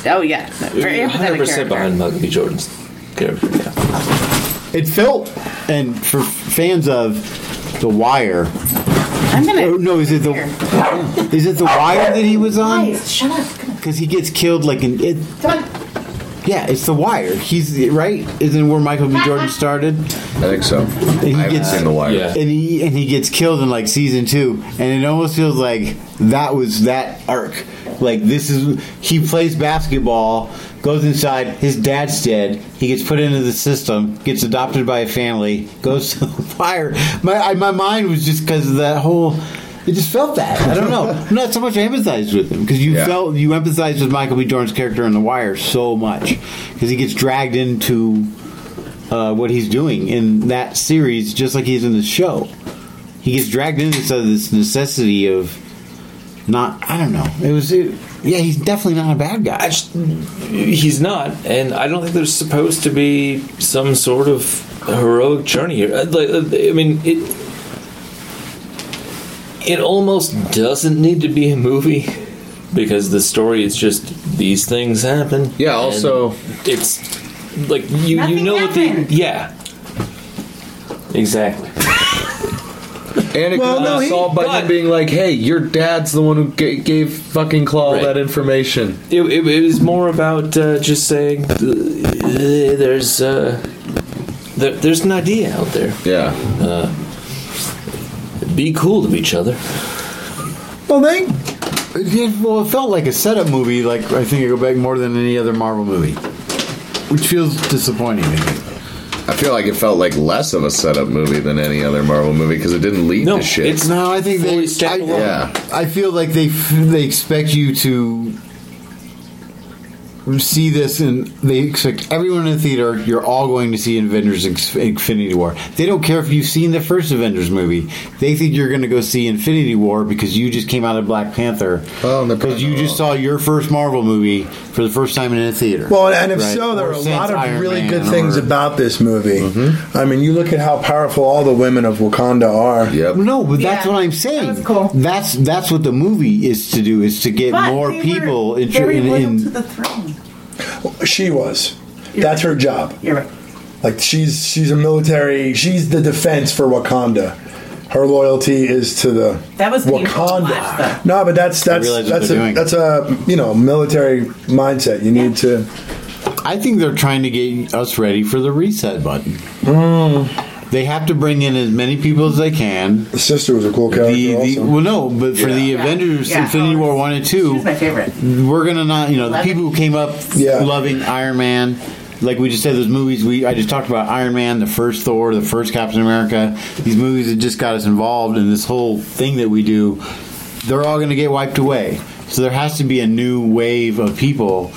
Speaker 5: Oh yeah, very
Speaker 6: You're
Speaker 5: empathetic
Speaker 6: 100%
Speaker 5: character.
Speaker 6: behind Michael B. Jordan's character. Yeah.
Speaker 4: it felt, and for fans of The Wire,
Speaker 5: I'm gonna.
Speaker 4: Oh, no, is it the is it the wire that he was on?
Speaker 5: Guys, shut up. Come on.
Speaker 4: Because he gets killed like in it.
Speaker 5: Come on.
Speaker 4: Yeah, it's the wire. He's right. Isn't where Michael B. Jordan started?
Speaker 9: I think so. I
Speaker 4: he
Speaker 9: haven't
Speaker 4: gets-
Speaker 9: seen the wire.
Speaker 6: Yeah.
Speaker 4: And he and he gets killed in like season two, and it almost feels like that was that arc. Like this is he plays basketball, goes inside. His dad's dead. He gets put into the system, gets adopted by a family, goes to the fire. My I, my mind was just because of that whole. It just felt that I don't know. Not so much I empathized with him because you
Speaker 9: Yeah.
Speaker 4: felt you empathized with Michael B. Jordan's character in The Wire so much because he gets dragged into uh, what he's doing in that series, just like he's in the show. He gets dragged into this, this necessity of not. I don't know. It was. It, yeah, he's definitely not a bad guy.
Speaker 6: I just, he's not, and I don't think there's supposed to be some sort of heroic journey here. Uh, Like, uh, I mean, it it almost doesn't need to be a movie because the story is just these things happen.
Speaker 9: Yeah,
Speaker 6: and
Speaker 9: also-
Speaker 6: it's like you you
Speaker 5: Nothing
Speaker 6: know what
Speaker 5: happened.
Speaker 6: the yeah. Exactly.
Speaker 9: And it
Speaker 7: Well,
Speaker 9: could
Speaker 7: no,
Speaker 9: be
Speaker 7: he-
Speaker 9: solved by
Speaker 6: but-
Speaker 9: him being like, "Hey, your dad's the one who ga- gave fucking Claw
Speaker 6: Right.
Speaker 9: that information."
Speaker 6: It, it, it was more about uh, just saying uh, there's uh, there, there's an idea out there.
Speaker 9: Yeah,
Speaker 6: Be cool to each other.
Speaker 7: Well, they.
Speaker 4: Yeah, well, it felt like a setup movie. Like I think I go back more than any other Marvel movie, which feels disappointing. to me.
Speaker 9: I feel like it felt like less of a setup movie than any other Marvel movie because it didn't lead
Speaker 6: No,
Speaker 9: to shit.
Speaker 6: it's-
Speaker 4: No, I think
Speaker 6: Fully
Speaker 4: they. I,
Speaker 6: standalone.
Speaker 9: Yeah.
Speaker 4: I feel like they f- they expect you to see this, and they expect everyone in the theater. You're all going to see Avengers: Inf- Infinity War. They don't care if you've seen the first Avengers movie. They think you're going to go see Infinity War because you just came out of Black Panther.
Speaker 9: Oh, and they're
Speaker 4: because
Speaker 9: probably
Speaker 4: you
Speaker 9: not
Speaker 4: just saw your first Marvel movie for the first time in a theater.
Speaker 7: Well, and if
Speaker 4: Right.
Speaker 7: so, there
Speaker 4: Or
Speaker 7: are a
Speaker 4: since
Speaker 7: lot of
Speaker 4: Iron
Speaker 7: really
Speaker 4: Man
Speaker 7: good things
Speaker 4: or-
Speaker 7: about this movie.
Speaker 4: Mm-hmm.
Speaker 7: I mean, you look at how powerful all the women of Wakanda are.
Speaker 9: yep.
Speaker 4: No, but that's
Speaker 5: Yeah,
Speaker 4: what I'm saying.
Speaker 5: that was cool.
Speaker 4: That's that's what the movie is to do is to get
Speaker 5: But
Speaker 4: more
Speaker 5: they were
Speaker 4: people inter-
Speaker 5: very
Speaker 4: in,
Speaker 5: loyal
Speaker 4: in
Speaker 5: to the throne.
Speaker 7: She was. That's her job.
Speaker 5: You're right.
Speaker 7: Like she's she's a military. She's the defense for Wakanda. Her loyalty is to the
Speaker 5: That was painful to
Speaker 7: Wakanda.
Speaker 5: watch, though.
Speaker 7: no, but that's that's
Speaker 4: realize what
Speaker 7: that's a
Speaker 4: they're doing.
Speaker 7: that's a you know military mindset. You need to
Speaker 4: I think they're trying to get us ready for the reset button. They have to bring in as many people as they can.
Speaker 7: The sister was a cool character.
Speaker 4: The, the,
Speaker 7: also.
Speaker 4: well, no, but for the
Speaker 5: Yeah.
Speaker 4: Avengers
Speaker 5: Yeah.
Speaker 4: Infinity War 1 and 2,
Speaker 5: She's my favorite.
Speaker 4: we're gonna not you know the
Speaker 5: Love
Speaker 4: people who came up
Speaker 7: Yeah.
Speaker 4: loving Iron Man like we just said those movies we I just talked about Iron Man the first Thor the first Captain America these movies that just got us involved in this whole thing that we do they're all gonna get wiped away so there has to be a new wave of people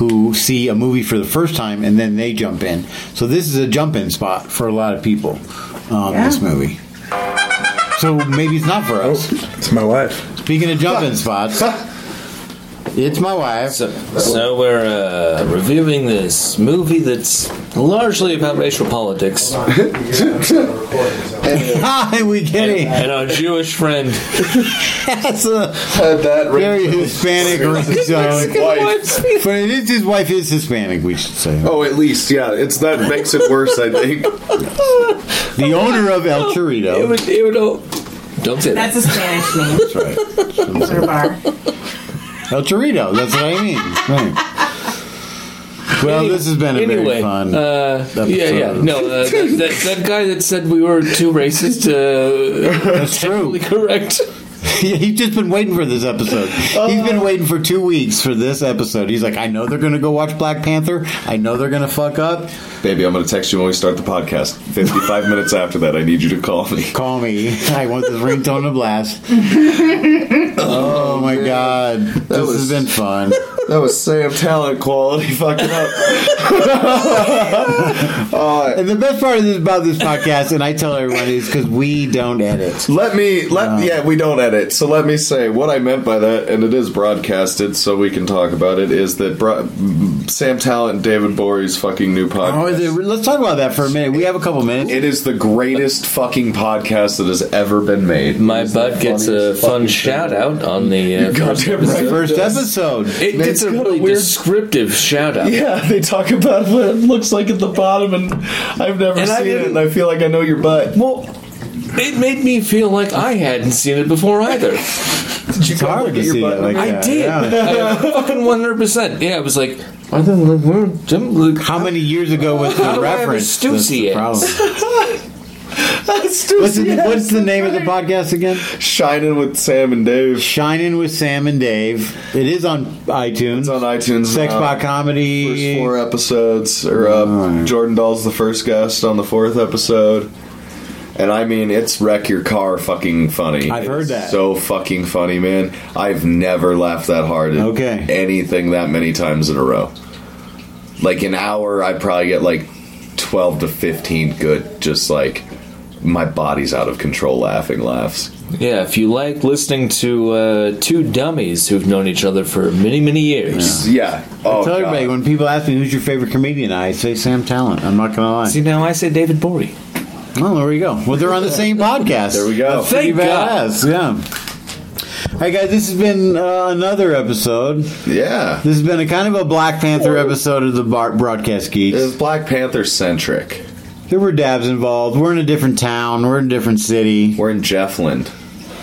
Speaker 4: who see a movie for the first time and then they jump in so this is a jump in spot for a lot of people um,
Speaker 5: Yeah.
Speaker 4: this movie so maybe it's not for us
Speaker 7: oh, it's my wife.
Speaker 4: speaking of jump in spots it's my wife
Speaker 6: So, so we're uh, reviewing this movie that's largely about racial politics
Speaker 4: Hi, we get it.
Speaker 6: and our Jewish friend.
Speaker 4: That's a
Speaker 9: Had that
Speaker 4: very
Speaker 9: racist-
Speaker 4: Hispanic
Speaker 9: Mexican
Speaker 4: ringtone.
Speaker 9: wife.
Speaker 4: But it is his wife is Hispanic, we should say.
Speaker 9: Oh, at least yeah. It's that makes it worse. I think.
Speaker 4: The owner of El
Speaker 6: It
Speaker 4: Chorito.
Speaker 6: would, it would, oh, don't say that.
Speaker 5: That's a Spanish name. That's right. bar.
Speaker 4: El Chorito, that's what I mean. Right. Well,
Speaker 6: Any-
Speaker 4: this has been a
Speaker 6: Anyway,
Speaker 4: very fun.
Speaker 6: uh, yeah, yeah,
Speaker 4: episode.
Speaker 6: no, uh, that, that, that guy that said we were too racist, uh,
Speaker 4: that's true.
Speaker 6: totally correct.
Speaker 4: Yeah, he's just been waiting for this episode. He's been waiting for two weeks for this episode. He's like, I know they're going to go watch Black Panther. I know they're going to fuck up.
Speaker 9: Baby, I'm gonna text you when we start the podcast. 55 minutes after that, I need you to call me.
Speaker 4: Call me. I want this ringtone to blast. Oh, my God. This has
Speaker 9: was-
Speaker 4: been fun.
Speaker 9: That was Sam Talent quality fucking up. uh,
Speaker 4: And the best part is about this podcast, and I tell everyone is because we don't edit.
Speaker 9: let me let yeah, we don't edit. So let me say what I meant by that, and it is broadcasted, so we can talk about it. Is that bro- Sam Talent and David Borie's fucking new
Speaker 4: Oh,
Speaker 9: podcast?
Speaker 4: is it- let's talk about that for a minute. We have a couple minutes.
Speaker 9: It is the greatest fucking podcast that has ever been made.
Speaker 6: My
Speaker 9: It is the
Speaker 6: butt gets a
Speaker 9: funniest
Speaker 6: fun
Speaker 9: fucking
Speaker 6: shout
Speaker 9: thing.
Speaker 6: out on the uh, first
Speaker 9: Goddamn right.
Speaker 6: episode.
Speaker 4: First episode.
Speaker 6: It
Speaker 9: Man,
Speaker 6: gets
Speaker 9: it's
Speaker 6: a
Speaker 9: got a
Speaker 6: really
Speaker 9: weird-
Speaker 6: descriptive shout out.
Speaker 9: Yeah, they talk about what it looks like at the bottom, and I've never
Speaker 6: And I
Speaker 9: seen it,
Speaker 6: didn't-
Speaker 9: and I feel like I know your butt.
Speaker 6: Well, it made me feel like I hadn't seen it before either.
Speaker 4: It's hard to see that like
Speaker 6: I
Speaker 4: that.
Speaker 6: did.
Speaker 4: Yeah.
Speaker 6: I fucking 100%. Yeah, I was like, I don't know where Jim Luke.
Speaker 4: How many years ago was the
Speaker 6: How do I have a
Speaker 4: reference?
Speaker 6: Stussy
Speaker 4: problem.
Speaker 9: That's too
Speaker 4: What's the, what's the name of the podcast again?
Speaker 9: Shining with Sam and Dave.
Speaker 4: Shining with Sam and Dave. It is on iTunes.
Speaker 9: It's on iTunes. now.
Speaker 4: Sexbot Comedy.
Speaker 9: First four episodes are up. Jordan Dahl's the first guest on the fourth episode. And I mean, it's wreck your car fucking funny.
Speaker 4: I've
Speaker 9: It's
Speaker 4: heard that.
Speaker 9: So fucking funny, man. I've never laughed that hard at
Speaker 4: Okay.
Speaker 9: anything that many times in a row. Like an hour, I probably get like 12 to 15 good, just like my body's out of control laughing laughs.
Speaker 6: Yeah, if you like listening to uh, two dummies who've known each other for many, many years.
Speaker 9: Yeah. Oh,
Speaker 4: Tell everybody
Speaker 9: God.
Speaker 4: when people ask me who's your favorite comedian, I say Sam Talent. I'm not gonna lie.
Speaker 6: See, now I say David Bory.
Speaker 4: Oh, there we go. Well, they're on the same podcast.
Speaker 9: There we go.
Speaker 4: That's Oh, pretty
Speaker 6: Thank God.
Speaker 4: badass. Yeah. All right, guys. This has been uh, another episode.
Speaker 9: Yeah.
Speaker 4: This has been a kind of a Black Panther episode of the Bar- Broadcast
Speaker 9: It was
Speaker 4: Geeks.
Speaker 9: Black Panther centric.
Speaker 4: There were dabs involved. We're in a different town. We're in a different city.
Speaker 9: We're in Jeffland.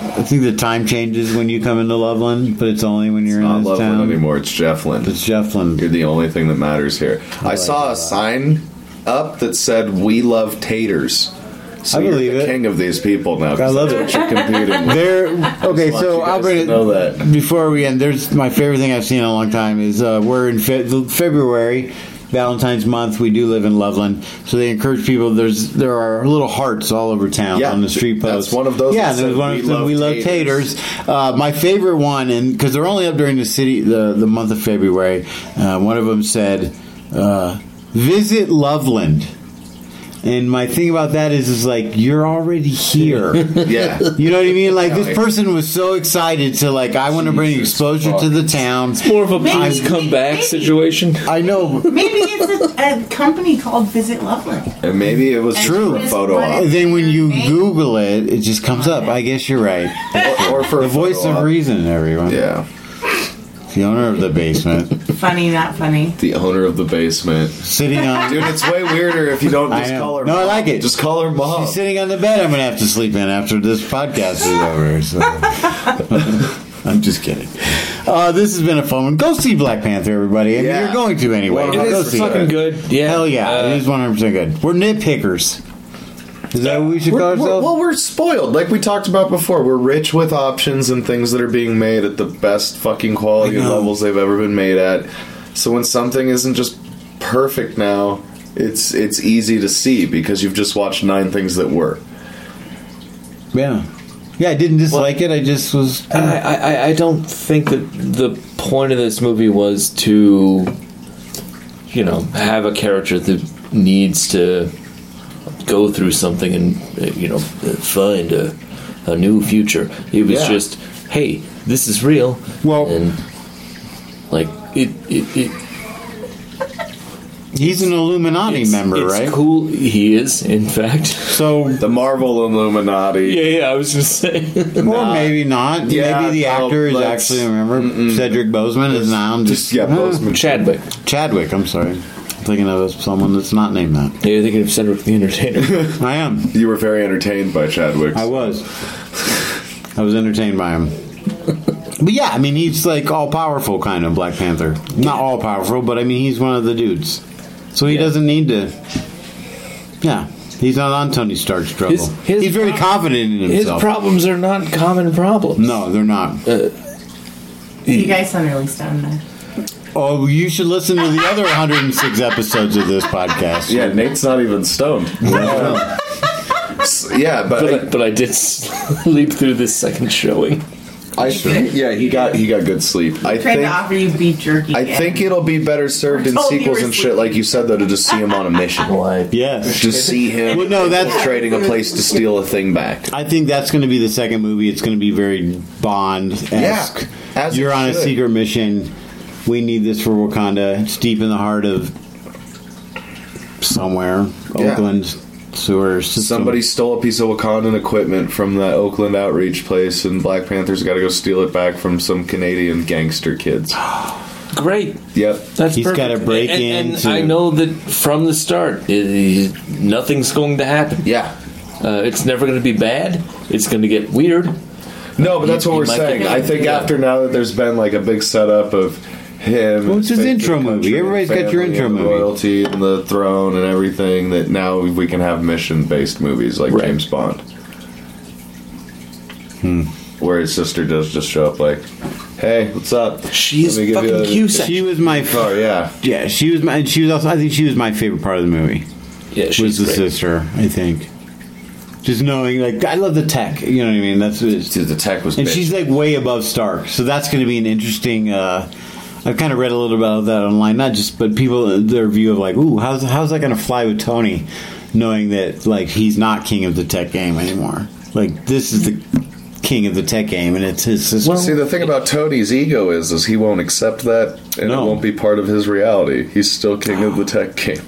Speaker 4: I think the time changes when you come into Loveland, but it's only when you're
Speaker 9: Not
Speaker 4: in this
Speaker 9: Loveland
Speaker 4: town.
Speaker 9: anymore. It's Jeffland.
Speaker 4: It's Jefflin.
Speaker 9: You're the only thing that matters here. I, saw a sign up that said "We love taters." So
Speaker 4: I
Speaker 9: you're
Speaker 4: believe
Speaker 9: the
Speaker 4: it.
Speaker 9: King of these people now. 'cause
Speaker 4: I love
Speaker 9: that's
Speaker 4: it.
Speaker 9: what You're competing. with.
Speaker 4: There. Okay,
Speaker 9: Just want you
Speaker 4: so
Speaker 9: guys
Speaker 4: I'll bring
Speaker 9: to
Speaker 4: it.
Speaker 9: Know that.
Speaker 4: Before we end, there's my favorite thing I've seen in a long time is uh, we're in Fe- February, Valentine's month. We do live in Loveland, so they encourage people. There's there are little hearts all over town
Speaker 9: Yeah,
Speaker 4: on the street
Speaker 9: that's
Speaker 4: posts.
Speaker 9: one of those
Speaker 4: Yeah,
Speaker 9: that
Speaker 4: there's
Speaker 9: said,
Speaker 4: one
Speaker 9: "We
Speaker 4: of them.
Speaker 9: love
Speaker 4: We love taters.
Speaker 9: taters."
Speaker 4: Uh, my favorite one, and because they're only up during the city the the month of February. Uh, one of them said, uh, "Visit Loveland." And my thing about that is, is like you're already here.
Speaker 9: Yeah.
Speaker 4: You know what I mean? Like this
Speaker 9: Yeah.
Speaker 4: person was so excited to like I want to bring
Speaker 9: Jesus
Speaker 4: exposure to the town.
Speaker 6: More of a
Speaker 5: Maybe-
Speaker 6: please come back
Speaker 5: maybe-
Speaker 6: situation.
Speaker 4: I know.
Speaker 5: Maybe it's a, a company called Visit Loveland.
Speaker 9: And maybe it was
Speaker 4: True.
Speaker 9: true. A photo op.
Speaker 4: And then when you Google it, it just comes up. I guess you're right.
Speaker 9: Or, or for
Speaker 4: The
Speaker 9: a
Speaker 4: voice
Speaker 9: photo
Speaker 4: of
Speaker 9: op.
Speaker 4: reason, everyone.
Speaker 9: Yeah.
Speaker 4: The owner of the basement,
Speaker 5: Funny, not funny.
Speaker 9: The owner of the basement.
Speaker 4: sitting on.
Speaker 9: Dude, it's way weirder if you don't
Speaker 4: I
Speaker 9: just
Speaker 4: know.
Speaker 9: call her.
Speaker 4: No, I
Speaker 9: mom.
Speaker 4: like it.
Speaker 9: Just call her mom.
Speaker 4: She's sitting on the bed. I'm gonna have to sleep in after this podcast is over. So. I'm just kidding. Uh, this has been a fun one. Go see Black Panther, everybody. I mean,
Speaker 9: Yeah.
Speaker 4: you're going to anyway.
Speaker 9: It
Speaker 6: It
Speaker 4: Go
Speaker 6: is
Speaker 4: see
Speaker 9: Honestly,
Speaker 6: fucking
Speaker 9: uh,
Speaker 6: good. Yeah,
Speaker 4: Hell yeah,
Speaker 6: Uh,
Speaker 4: it is 100% good. We're nitpickers. Is that what we should call
Speaker 9: We're, we're,
Speaker 4: ourselves?
Speaker 9: well, we're spoiled. Like we talked about before, we're rich with options and things that are being made at the best fucking quality and
Speaker 4: know.
Speaker 9: levels they've ever been made at. So when something isn't just perfect now, it's it's easy to see because you've just watched nine things that were.
Speaker 4: yeah. Yeah, I didn't dislike it. I just was.
Speaker 6: I, I, I- I don't think that the point of this movie was to, you know, have a character that needs to go through something and, uh, you know, find a, a new future. It was
Speaker 9: Yeah.
Speaker 6: just, hey, this is real.
Speaker 4: Well-
Speaker 6: and like it, it, it
Speaker 4: He's an Illuminati
Speaker 6: it's-
Speaker 4: member,
Speaker 6: it's
Speaker 4: right?
Speaker 6: Cool, he is. In fact,
Speaker 4: So,
Speaker 9: The Marvel Illuminati.
Speaker 6: yeah, yeah. I was just saying.
Speaker 4: or maybe not.
Speaker 9: Yeah,
Speaker 4: maybe the
Speaker 9: no,
Speaker 4: actor is
Speaker 9: let's-
Speaker 4: actually a member. Cedric Boseman is now just,
Speaker 9: Just yeah,
Speaker 4: Huh?
Speaker 9: Boseman.
Speaker 6: Chadwick.
Speaker 4: Chadwick. I'm sorry, I'm thinking of someone that's not named that.
Speaker 6: Yeah, you're thinking of Cedric the Entertainer.
Speaker 4: I am.
Speaker 9: You were very entertained by Chadwick.
Speaker 4: I was. I was entertained by him. But yeah, I mean, he's like all powerful, kind of Black Panther. Not all powerful, but I mean, he's one of the dudes. So he doesn't need to. Yeah, he's not on Tony Stark's trouble.
Speaker 6: His- his
Speaker 4: he's very
Speaker 6: pro-
Speaker 4: confident in
Speaker 6: His Uh.
Speaker 4: himself.
Speaker 6: problems are not common problems.
Speaker 4: no, they're not.
Speaker 5: You guys sound really stoned there.
Speaker 4: Oh, you should listen to the other 106 episodes of this podcast.
Speaker 9: Yeah, Nate's not even stoned. S- yeah, but,
Speaker 6: But I, but I did sleep through this second showing.
Speaker 9: I, think yeah, he got he got good sleep.
Speaker 5: Tried
Speaker 9: I
Speaker 5: to
Speaker 9: think
Speaker 5: offer you beef jerky.
Speaker 9: I
Speaker 5: and-
Speaker 9: think it'll be better served in
Speaker 5: Told Oh, you
Speaker 9: sequels
Speaker 5: were
Speaker 9: and shit, like you said, though, to just see him on a mission.
Speaker 6: Like,
Speaker 4: Yes.
Speaker 9: Just see him
Speaker 4: Well, no, that's-
Speaker 9: trading a place to steal a thing back.
Speaker 4: I think that's going to be the second movie. It's going to be very Bond esque.
Speaker 9: Yeah, as it
Speaker 4: You're on a
Speaker 9: should.
Speaker 4: secret mission. We need this for Wakanda. It's deep in the heart of somewhere,
Speaker 9: Yeah.
Speaker 4: Oakland sewer system.
Speaker 9: Somebody stole a piece of Wakandan equipment from that Oakland outreach place, and Black Panther's got to go steal it back from some Canadian gangster kids.
Speaker 6: great.
Speaker 9: Yep.
Speaker 6: That's
Speaker 4: He's
Speaker 6: perfect.
Speaker 4: gotta break
Speaker 6: and, and-
Speaker 4: into-
Speaker 6: And I know that from the start, i- i- nothing's going to happen.
Speaker 9: Yeah.
Speaker 6: Uh, it's never going to be bad. It's going to get weird.
Speaker 9: No, but that's what
Speaker 6: You-
Speaker 9: we're
Speaker 6: you might
Speaker 9: saying.
Speaker 6: get-
Speaker 9: I think
Speaker 6: yeah.
Speaker 9: after now that there's been like a big setup of him.
Speaker 4: Well, it's his
Speaker 9: fake
Speaker 4: intro
Speaker 9: country
Speaker 4: movie.
Speaker 9: and
Speaker 4: Everybody's got your
Speaker 9: family
Speaker 4: intro
Speaker 9: and
Speaker 4: movie.
Speaker 9: Royalty and the throne and everything that now we can have mission based movies like
Speaker 6: Right.
Speaker 9: James Bond.
Speaker 4: Hmm.
Speaker 9: Where his sister does just show up like, hey, what's up?
Speaker 6: She's
Speaker 9: Let me give you
Speaker 6: fucking
Speaker 9: a-
Speaker 6: Cusack.
Speaker 4: She was my.
Speaker 9: Oh, yeah.
Speaker 4: Yeah, she was my. And she was also. I think she was my favorite part of the movie.
Speaker 6: Yeah,
Speaker 4: was
Speaker 6: she's
Speaker 4: the
Speaker 6: great.
Speaker 4: sister. I think. Just knowing, like, I love the tech. You know what I mean? That's what it's,
Speaker 9: Dude, the tech was
Speaker 4: and
Speaker 9: bitch.
Speaker 4: she's like way above Stark, so that's going to be an interesting. Uh, I've kind of read a little about that online, not just but people their view of like, ooh, how's how's that going to fly with Tony, knowing that like he's not king of the tech game anymore. Like this is the king of the tech game, and it's his sister.
Speaker 9: See, the thing about Tony's ego is, is he won't accept that, and
Speaker 4: No.
Speaker 9: it won't be part of his reality. He's still king of the tech game.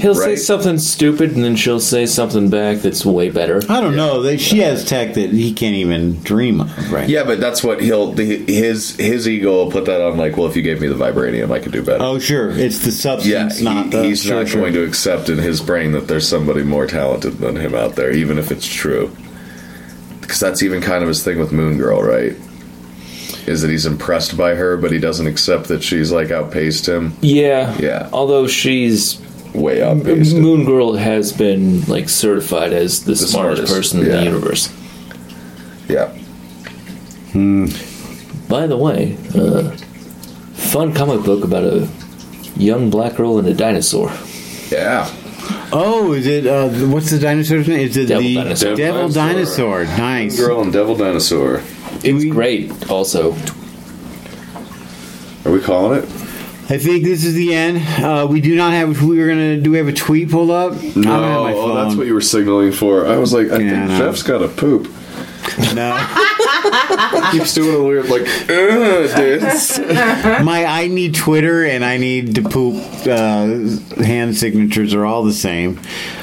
Speaker 6: He'll say
Speaker 9: Right.
Speaker 6: something stupid, and then she'll say something back that's way better.
Speaker 4: I don't know. They, she has tech that he can't even dream of, right?
Speaker 9: Yeah, but that's what he'll the, his his ego will put that on. Like, well, if you gave me the vibranium, I could do better.
Speaker 4: Oh, sure. It's the
Speaker 9: yeah,
Speaker 4: substance,
Speaker 9: he-
Speaker 4: not the.
Speaker 9: he's
Speaker 4: sure,
Speaker 9: not
Speaker 4: sure.
Speaker 9: going to accept in his brain that there's somebody more talented than him out there, even if it's true. Because that's even kind of his thing with Moon Girl, right? Is that he's impressed by her, but he doesn't accept that she's like outpaced him,
Speaker 6: Yeah.
Speaker 9: Yeah.
Speaker 6: Although she's
Speaker 9: way outpaced. him.
Speaker 6: Moon Girl has been like certified as the, smartest,
Speaker 9: smartest,
Speaker 6: person in
Speaker 9: yeah.
Speaker 6: the universe.
Speaker 9: Yeah.
Speaker 6: By the way, uh, fun comic book about a young black girl and a dinosaur.
Speaker 9: Yeah.
Speaker 4: Oh, is it? Uh, what's the dinosaur's name? Is it
Speaker 6: Devil
Speaker 4: the
Speaker 6: dinosaur.
Speaker 4: Devil
Speaker 9: Dinosaur.
Speaker 4: Dinosaur? Nice.
Speaker 9: Girl and Devil Dinosaur.
Speaker 6: It's
Speaker 4: We-
Speaker 6: great. Also,
Speaker 9: Are we calling it?
Speaker 4: I think this is the end. Uh, we do not have. We were gonna. Do we have a tweet pulled up? I don't have my
Speaker 9: oh,
Speaker 4: phone.
Speaker 9: that's what you were signaling for. I was like, I
Speaker 4: Yeah,
Speaker 9: think
Speaker 4: no.
Speaker 9: Jeff's got a poop.
Speaker 4: no,
Speaker 9: Keeps doing a weird like, "Ugh, dude.
Speaker 4: my I need Twitter and I need to poop. Uh, hand signatures are all the same.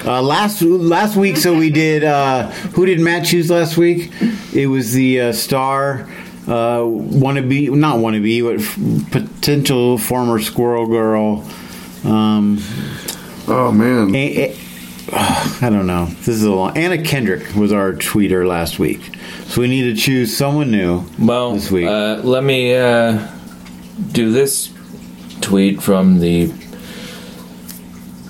Speaker 4: Uh, last last week, so we did. Uh, who did Matt choose last week? It was the uh, star. Uh, wannabe, not wannabe, but f- potential former squirrel girl. Um,
Speaker 9: Oh man,
Speaker 4: A- A- I don't know. This is a long. Anna Kendrick was our tweeter last week, so we need to choose someone new.
Speaker 6: Well,
Speaker 4: This week.
Speaker 6: Uh, let me uh, do this tweet from the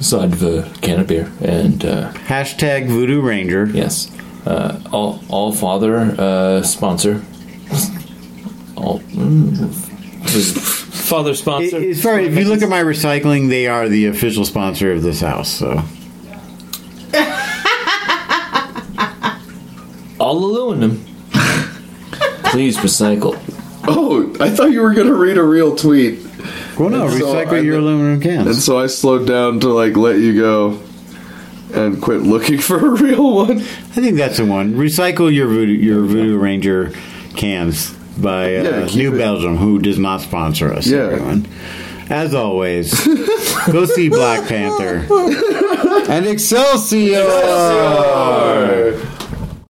Speaker 6: side of the can of beer. And uh,
Speaker 4: Hashtag Voodoo Ranger.
Speaker 6: yes, uh, All, All Father uh, sponsor. All, mm, father
Speaker 4: It-
Speaker 6: sponsor.
Speaker 4: it's very- if you look at my recycling, they are the official sponsor of this house. So
Speaker 6: All aluminum. Please recycle.
Speaker 9: Oh, I thought you were gonna read a real tweet,
Speaker 4: well, no,
Speaker 9: And so
Speaker 4: recycle
Speaker 9: I-
Speaker 4: your aluminum
Speaker 9: and
Speaker 4: cans.
Speaker 9: so I slowed down to like let you go, and quit looking for a real one.
Speaker 4: I think that's the one. Recycle your Voodoo, your Voodoo Ranger cans by uh,
Speaker 9: Yeah, keep
Speaker 4: New
Speaker 9: it-
Speaker 4: Belgium, who does not sponsor us.
Speaker 9: Yeah.
Speaker 4: Everyone. As always, go see Black Panther and Excelsior.